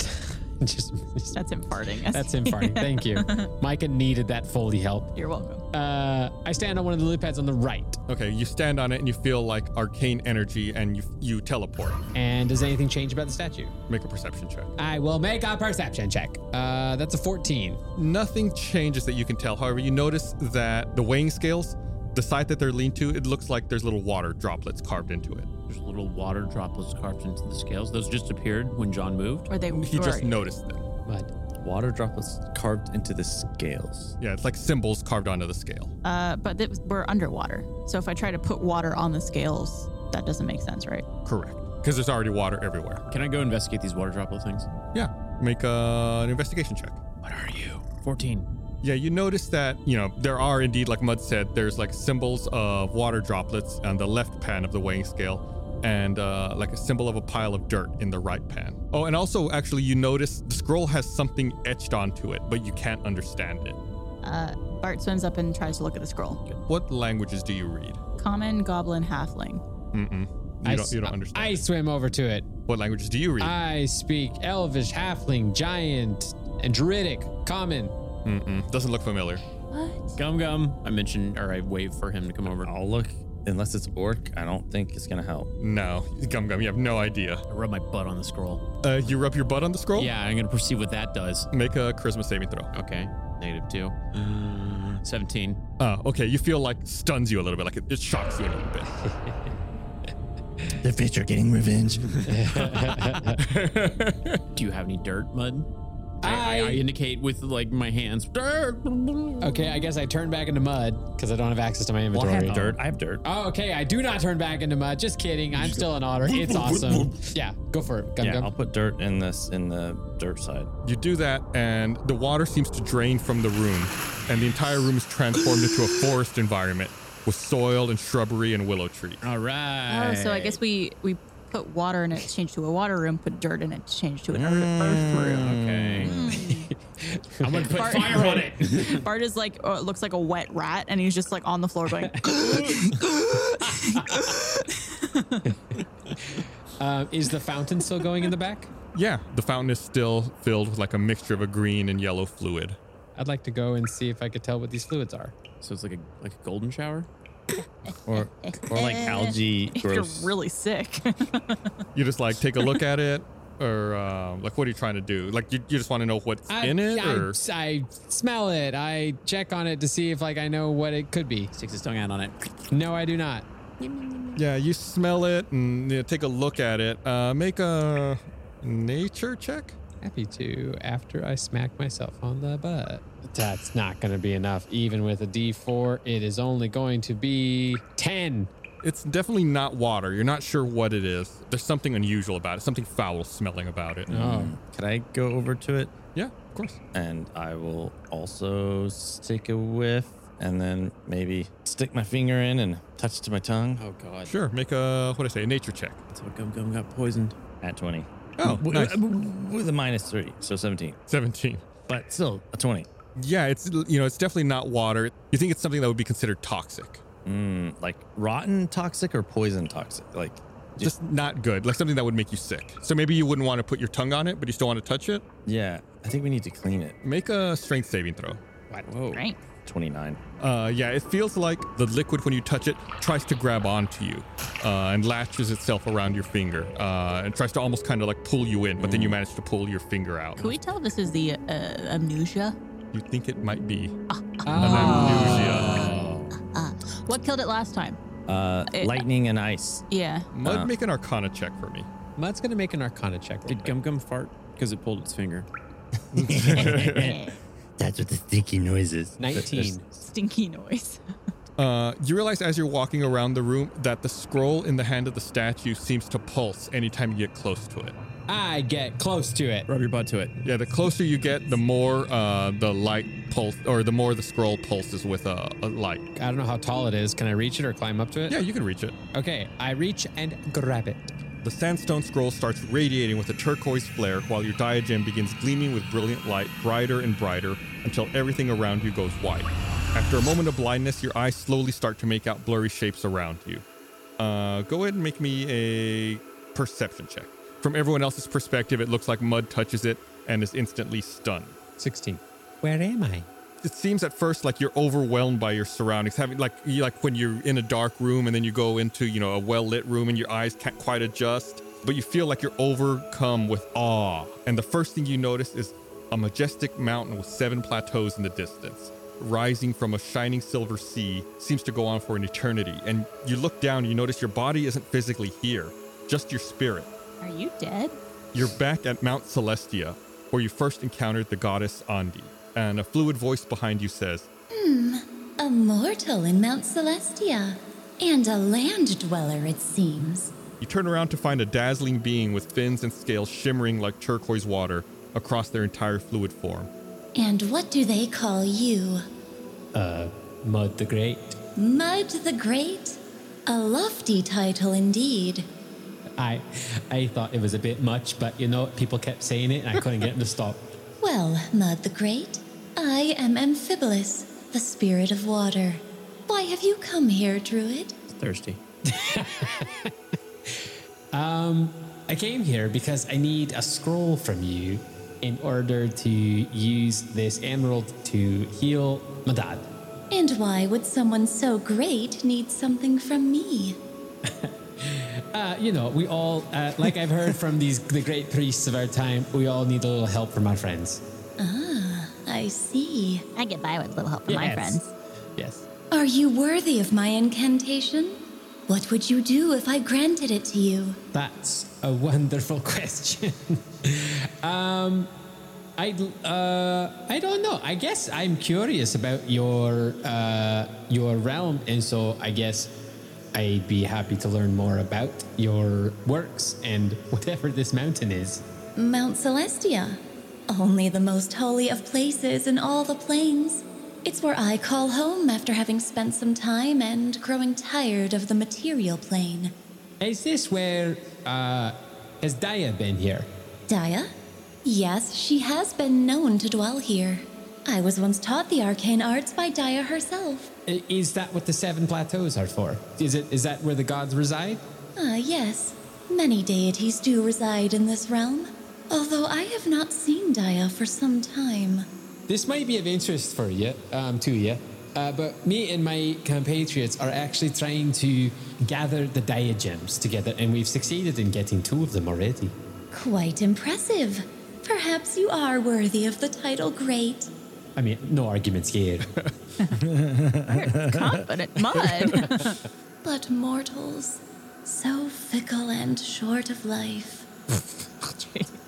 just, just- That's him farting. I That's see. him farting. Thank you. Micah needed that Foley help. You're welcome. Uh, I stand on one of the lily pads on the right. Okay. You stand on it and you feel like arcane energy and you, you teleport. And does anything change about the statue? Make a perception check. I will make a perception check. Uh, that's a 14. Nothing changes that you can tell. However, you notice that the weighing scales, the side that they're leaned to, it looks like there's little water droplets carved into it. There's little water droplets carved into the scales. Those just appeared when John moved. Or they He or- just noticed them. Mud. Water droplets carved into the scales. Yeah, it's like symbols carved onto the scale. Uh, but it was, we're underwater. So if I try to put water on the scales, that doesn't make sense, right? Correct. Because there's already water everywhere. Can I go investigate these water droplet things? Yeah. Make uh, an investigation check. What are you? 14. Yeah, you notice that, you know, there are indeed, like Mud said, there's like symbols of water droplets on the left pan of the weighing scale and uh, like a symbol of a pile of dirt in the right pan. Oh, and also, actually, you notice the scroll has something etched onto it, but you can't understand it. Uh, Bart swims up and tries to look at the scroll. What languages do you read? Common goblin halfling. Mm-mm. You, I don't, you s- don't understand. I swim over to it. what languages do you read? I speak Elvish, Halfling, Giant, and Druidic, Common. Mm-mm. Doesn't look familiar. What? Gum gum. I mentioned, or I wave for him to come over. I'll look. Unless it's orc, I don't think it's gonna help. No. Gum Gum, you have no idea. I rub my butt on the scroll. Uh, you rub your butt on the scroll? Yeah, I'm gonna perceive what that does. Make a charisma saving throw. Okay. Negative two. Uh, 17. Uh, okay, you feel like stuns you a little bit, like it, it shocks you a little bit. The fish are getting revenge. Do you have any dirt, Mud? I, I- I indicate with like my hands. Dirt. Okay, I guess I turn back into mud because I don't have access to my Well, I inventory. have dirt. I have dirt. Oh, okay. I do not turn back into mud. Just kidding. I'm still an otter. It's awesome. Yeah, go for it. Gum yeah, I'll gum. put dirt in this in the dirt side. You do that, and the water seems to drain from the room, and the entire room is transformed into a forest environment with soil and shrubbery and willow trees. All right. Oh, so I guess we we put water in it, to change to a water room. Put dirt in it, to change to an earth, earth room. Okay. Hmm. I'm gonna put Fart. fire on it. Bart is like uh, looks like a wet rat, and he's just like on the floor going. Uh, is the fountain still going in the back? Yeah, the fountain is still filled with like a mixture of a green and yellow fluid. I'd like to go and see if I could tell what these fluids are. So it's like a like a golden shower. Or or like algae You're growth. really sick. You just like take a look at it, or uh, like what are you trying to do? Like you, you just want to know what's I, in it, I, or I smell it. I check on it to see if like I know what it could be. Sticks his tongue out on it. No, I do not. yeah, you smell it and you know, take a look at it. Uh, make a nature check. Happy to after I smack myself on the butt. That's not going to be enough. Even with a D4, it is only going to be 10. It's definitely not water. You're not sure what it is. There's something unusual about it, something foul smelling about it. Oh. Can I go over to it? Yeah, of course. And I will also take a whiff and then maybe stick my finger in and touch it to my tongue Oh god. Sure. Make a, what I say, a nature check. That's how gum gum got poisoned. at 20. Oh, W- nice. With a minus three, so 17. 17. But still, a 20. Yeah, it's, you know, it's definitely not water. You think it's something that would be considered toxic. Mm, like rotten toxic or poison toxic? Like, Just not good, like something that would make you sick. So maybe you wouldn't want to put your tongue on it, but you still want to touch it. yeah, I think we need to clean it. Make a strength saving throw. Whoa. right? 29. Uh, yeah, it feels like the liquid, when you touch it, tries to grab onto you uh, and latches itself around your finger uh, and tries to almost kind of like pull you in, but then you manage to pull your finger out. Can we tell this is the uh, amnesia? You think it might be. Uh, What killed it last time? Uh, It- lightning and ice. Yeah. Uh, Mud, make an arcana check for me. Mud's gonna make an Arcana check. Did Gum Gum fart? Because it pulled its finger. That's what the stinky noise is. 19. Stinky noise. Uh, you realize as you're walking around the room that the scroll in the hand of the statue seems to pulse anytime you get close to it. I get close to it. Rub your butt to it. Yeah, the closer you get, the more uh, the light pulse, or the more the scroll pulses with a, a light. I don't know how tall it is. Can I reach it or climb up to it? Yeah, you can reach it. Okay, I reach and grab it. The sandstone scroll starts radiating with a turquoise flare while your diagem begins gleaming with brilliant light, brighter and brighter, until everything around you goes white. After a moment of blindness, your eyes slowly start to make out blurry shapes around you. Uh, go ahead and make me a perception check. From everyone else's perspective, it looks like mud touches it and is instantly stunned. 16. Where am I? It seems at first like you're overwhelmed by your surroundings, having like you, like when you're in a dark room and then you go into you know a well lit room and your eyes can't quite adjust, but you feel like you're overcome with awe. And the first thing you notice is a majestic mountain with seven plateaus in the distance, rising from a shining silver sea, seems to go on for an eternity. And you look down, you notice your body isn't physically here, just your spirit. Are you dead? You're back at Mount Celestia, where you first encountered the goddess Andi, and a fluid voice behind you says. Hmm, a mortal in Mount Celestia. And a land dweller, it seems. You turn around to find a dazzling being with fins and scales shimmering like turquoise water across their entire fluid form. And what do they call you? Uh, Mud the Great. Mud the Great? A lofty title indeed. I I thought it was a bit much, but you know, people kept saying it and I couldn't get them to stop. Well, Mud the Great, I am Amphibolus, the spirit of water. Why have you come here, Druid? Thirsty. Um, I came here because I need a scroll from you in order to use this emerald to heal my dad. And why would someone so great need something from me? Uh, you know, we all, uh, like I've heard from these the great priests of our time, we all need a little help from our friends. Ah, I see. I get by with a little help from my Yes. friends. Yes. Are you worthy of my incantation? What would you do if I granted it to you? That's a wonderful question. um, I uh, I don't know. I guess I'm curious about your uh, your realm, and so I guess I'd be happy to learn more about your works and whatever this mountain is. Mount Celestia. Only the most holy of places in all the plains. It's where I call home after having spent some time and growing tired of the material plane. Is this where uh, has Daya been here? Daya? Yes, she has been known to dwell here. I was once taught the arcane arts by Daya herself. I- Is that what the seven plateaus are for? Is it is that where the gods reside? Ah, yes. Many deities do reside in this realm, although I have not seen Daya for some time. This might be of interest for you, um, to you, uh, but me and my compatriots are actually trying to gather the diagems together, and we've succeeded in getting two of them already. Quite impressive. Perhaps you are worthy of the title Great. I mean, no arguments here. Confident mud. But mortals, so fickle and short of life.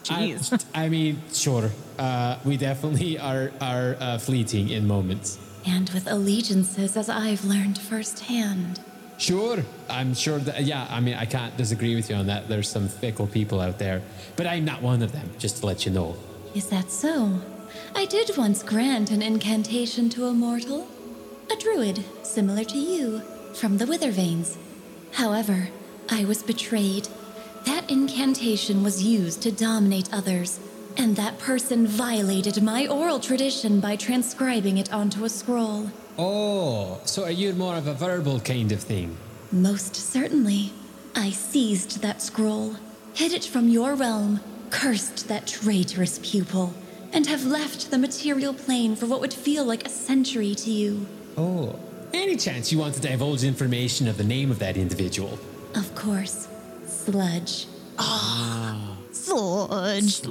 Jeez. I, I mean, sure, uh, we definitely are are uh, fleeting in moments. And with allegiances, as I've learned firsthand. Sure, I'm sure that yeah. I mean, I can't disagree with you on that. There's some fickle people out there, but I'm not one of them. Just to let you know. Is that so? I did once grant an incantation to a mortal, a druid similar to you, from the Wither Veins. However, I was betrayed. That incantation was used to dominate others, and that person violated my oral tradition by transcribing it onto a scroll. Oh, so are you more of a verbal kind of thing? Most certainly. I seized that scroll, hid it from your realm, cursed that traitorous pupil, and have left the material plane for what would feel like a century to you. Oh. Any chance you want to divulge information of the name of that individual? Of course, sludge. Ah. Sludge.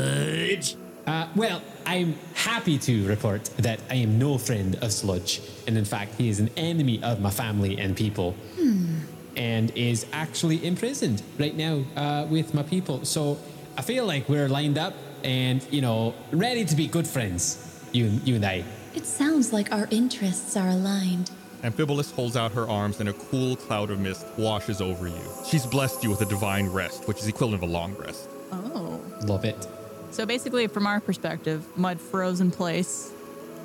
Sludge. Uh, well, I'm happy to report that I am no friend of Sludge, and in fact, he is an enemy of my family and people, Hmm. and is actually imprisoned right now uh, with my people. So I feel like we're lined up and you know ready to be good friends, you you and I. It sounds like our interests are aligned. Amphibolus holds out her arms and a cool cloud of mist washes over you. She's blessed you with a divine rest, which is equivalent of a long rest. Oh. Love it. So basically, from our perspective, Mud froze in place,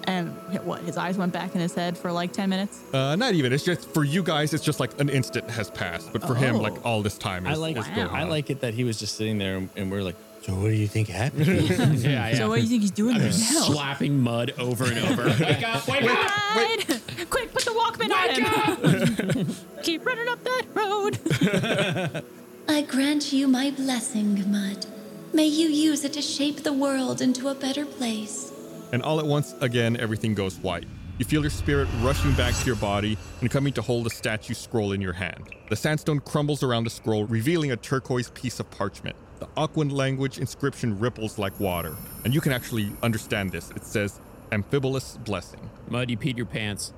and what? His eyes went back in his head for like ten minutes. Uh, not even. It's just for you guys. It's just like an instant has passed, but for him, Oh. like all this time. Is, I like is going I on. like it that he was just sitting there and, and we're like, so what do you think happened? yeah, So what do you think he's doing I'm right just now? slapping mud over and over. Wake up! Wake Run! Quick, put the Walkman on him. Keep running up that road. I grant you my blessing, Mud. May you use it to shape the world into a better place. And all at once, again, everything goes white. You feel your spirit rushing back to your body and coming to hold a statue scroll in your hand. The sandstone crumbles around the scroll, revealing a turquoise piece of parchment. The Aquan language inscription ripples like water, and you can actually understand this. It says, Amphibolus Blessing. Mud, you peed your pants.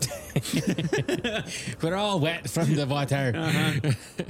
We're all wet from the water.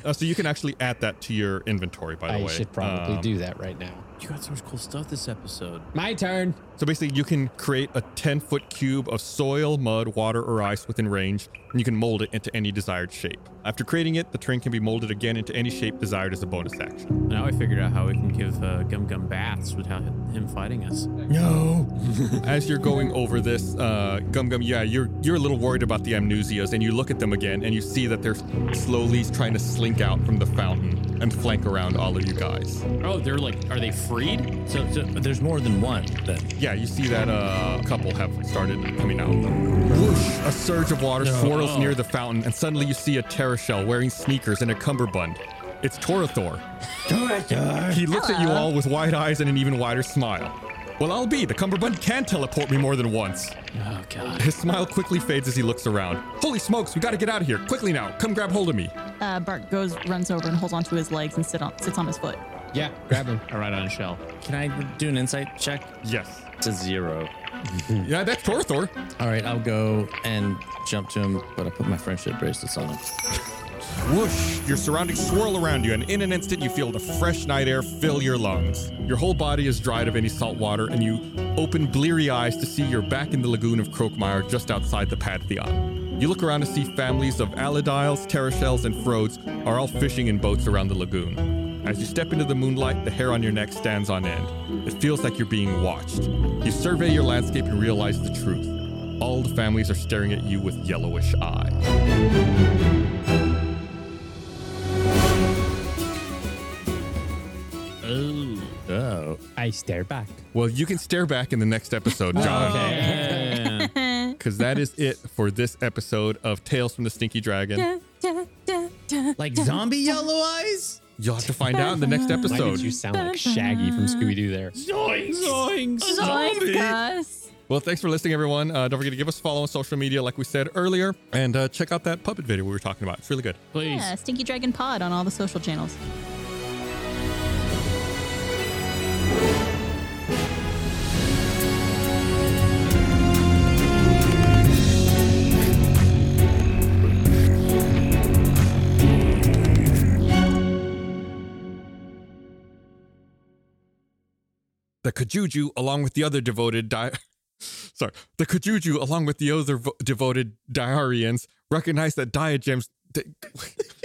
Uh, so you can actually add that to your inventory, by the Uh-huh. I way. should probably Um, do that right now. You got so much cool stuff this episode. My turn. So basically, you can create a 10 foot cube of soil, mud, water, or ice within range, and you can mold it into any desired shape. After creating it, the terrain can be molded again into any shape desired as a bonus action. Now I figured out how we can give uh, Gum Gum baths without him fighting us. No. as you're going over this, uh, Gum Gum, yeah, you're you're a little worried about the amnesias, and you look at them again, and you see that they're slowly trying to slink out from the fountain and flank around all of you guys. Oh, they're like, are they freed? So, so there's more than one. Then. Yeah, you see that uh, a couple have started coming out. Whoosh! A surge of water swirls Oh. near the fountain, and suddenly you see a Terra shell wearing sneakers and a cummerbund. It's Torathor. Torathor! He looks at you all with wide eyes and an even wider smile. Well, I'll be. The cummerbund can teleport me more than once. Oh, God. His smile quickly fades as he looks around. Holy smokes, we gotta get out of here. Quickly now. Come grab hold of me. Uh, Bart goes, runs over, and holds onto his legs and sit on, sits on his foot. Yeah, grab him. All right, on shell. Can I do an insight check? Yes. To zero. yeah, that's Torthor. All right, I'll go and jump to him, but I put my friendship bracelets on him. Whoosh! Your surroundings swirl around you, and in an instant, you feel the fresh night air fill your lungs. Your whole body is dried of any salt water, and you open bleary eyes to see you're back in the lagoon of Croakmire just outside the Pantheon. You look around to see families of Aladiles, Terrashells, and Frodes are all fishing in boats around the lagoon. As you step into the moonlight, the hair on your neck stands on end. It feels like you're being watched. You survey your landscape and realize the truth. All the families are staring at you with yellowish eyes. Oh. Oh. I stare back. Oh, Well, you can stare back in the next episode, John. Because that is it for this episode of Tales from the Stinky Dragon. Like zombie yellow eyes? You'll have to find out in the next episode. Why did you sound like Shaggy from Scooby Doo there? Zoinks! Zoinks! Well, thanks for listening, everyone. Uh, don't forget to give us a follow on social media, like we said earlier, and uh, check out that puppet video we were talking about. It's really good. Please. Yeah, Uh, Stinky Dragon Pod on all the social channels. The Kajuju, along with the other devoted di- sorry, the Kajuju, along with the other vo- devoted Diarians, recognize that diagems. Di-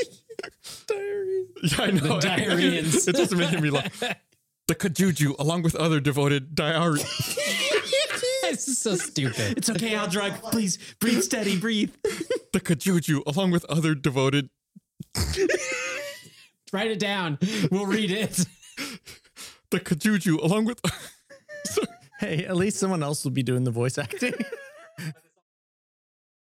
Yeah, I know. The Diarians. it just making me laugh. The Kajuju, along with other devoted Diari. this is so stupid. It's okay, Aldrug. Please breathe steady, breathe. the Kajuju, along with other devoted Write it down. We'll read it. the Kajuju, along with Hey, at least someone else will be doing the voice acting.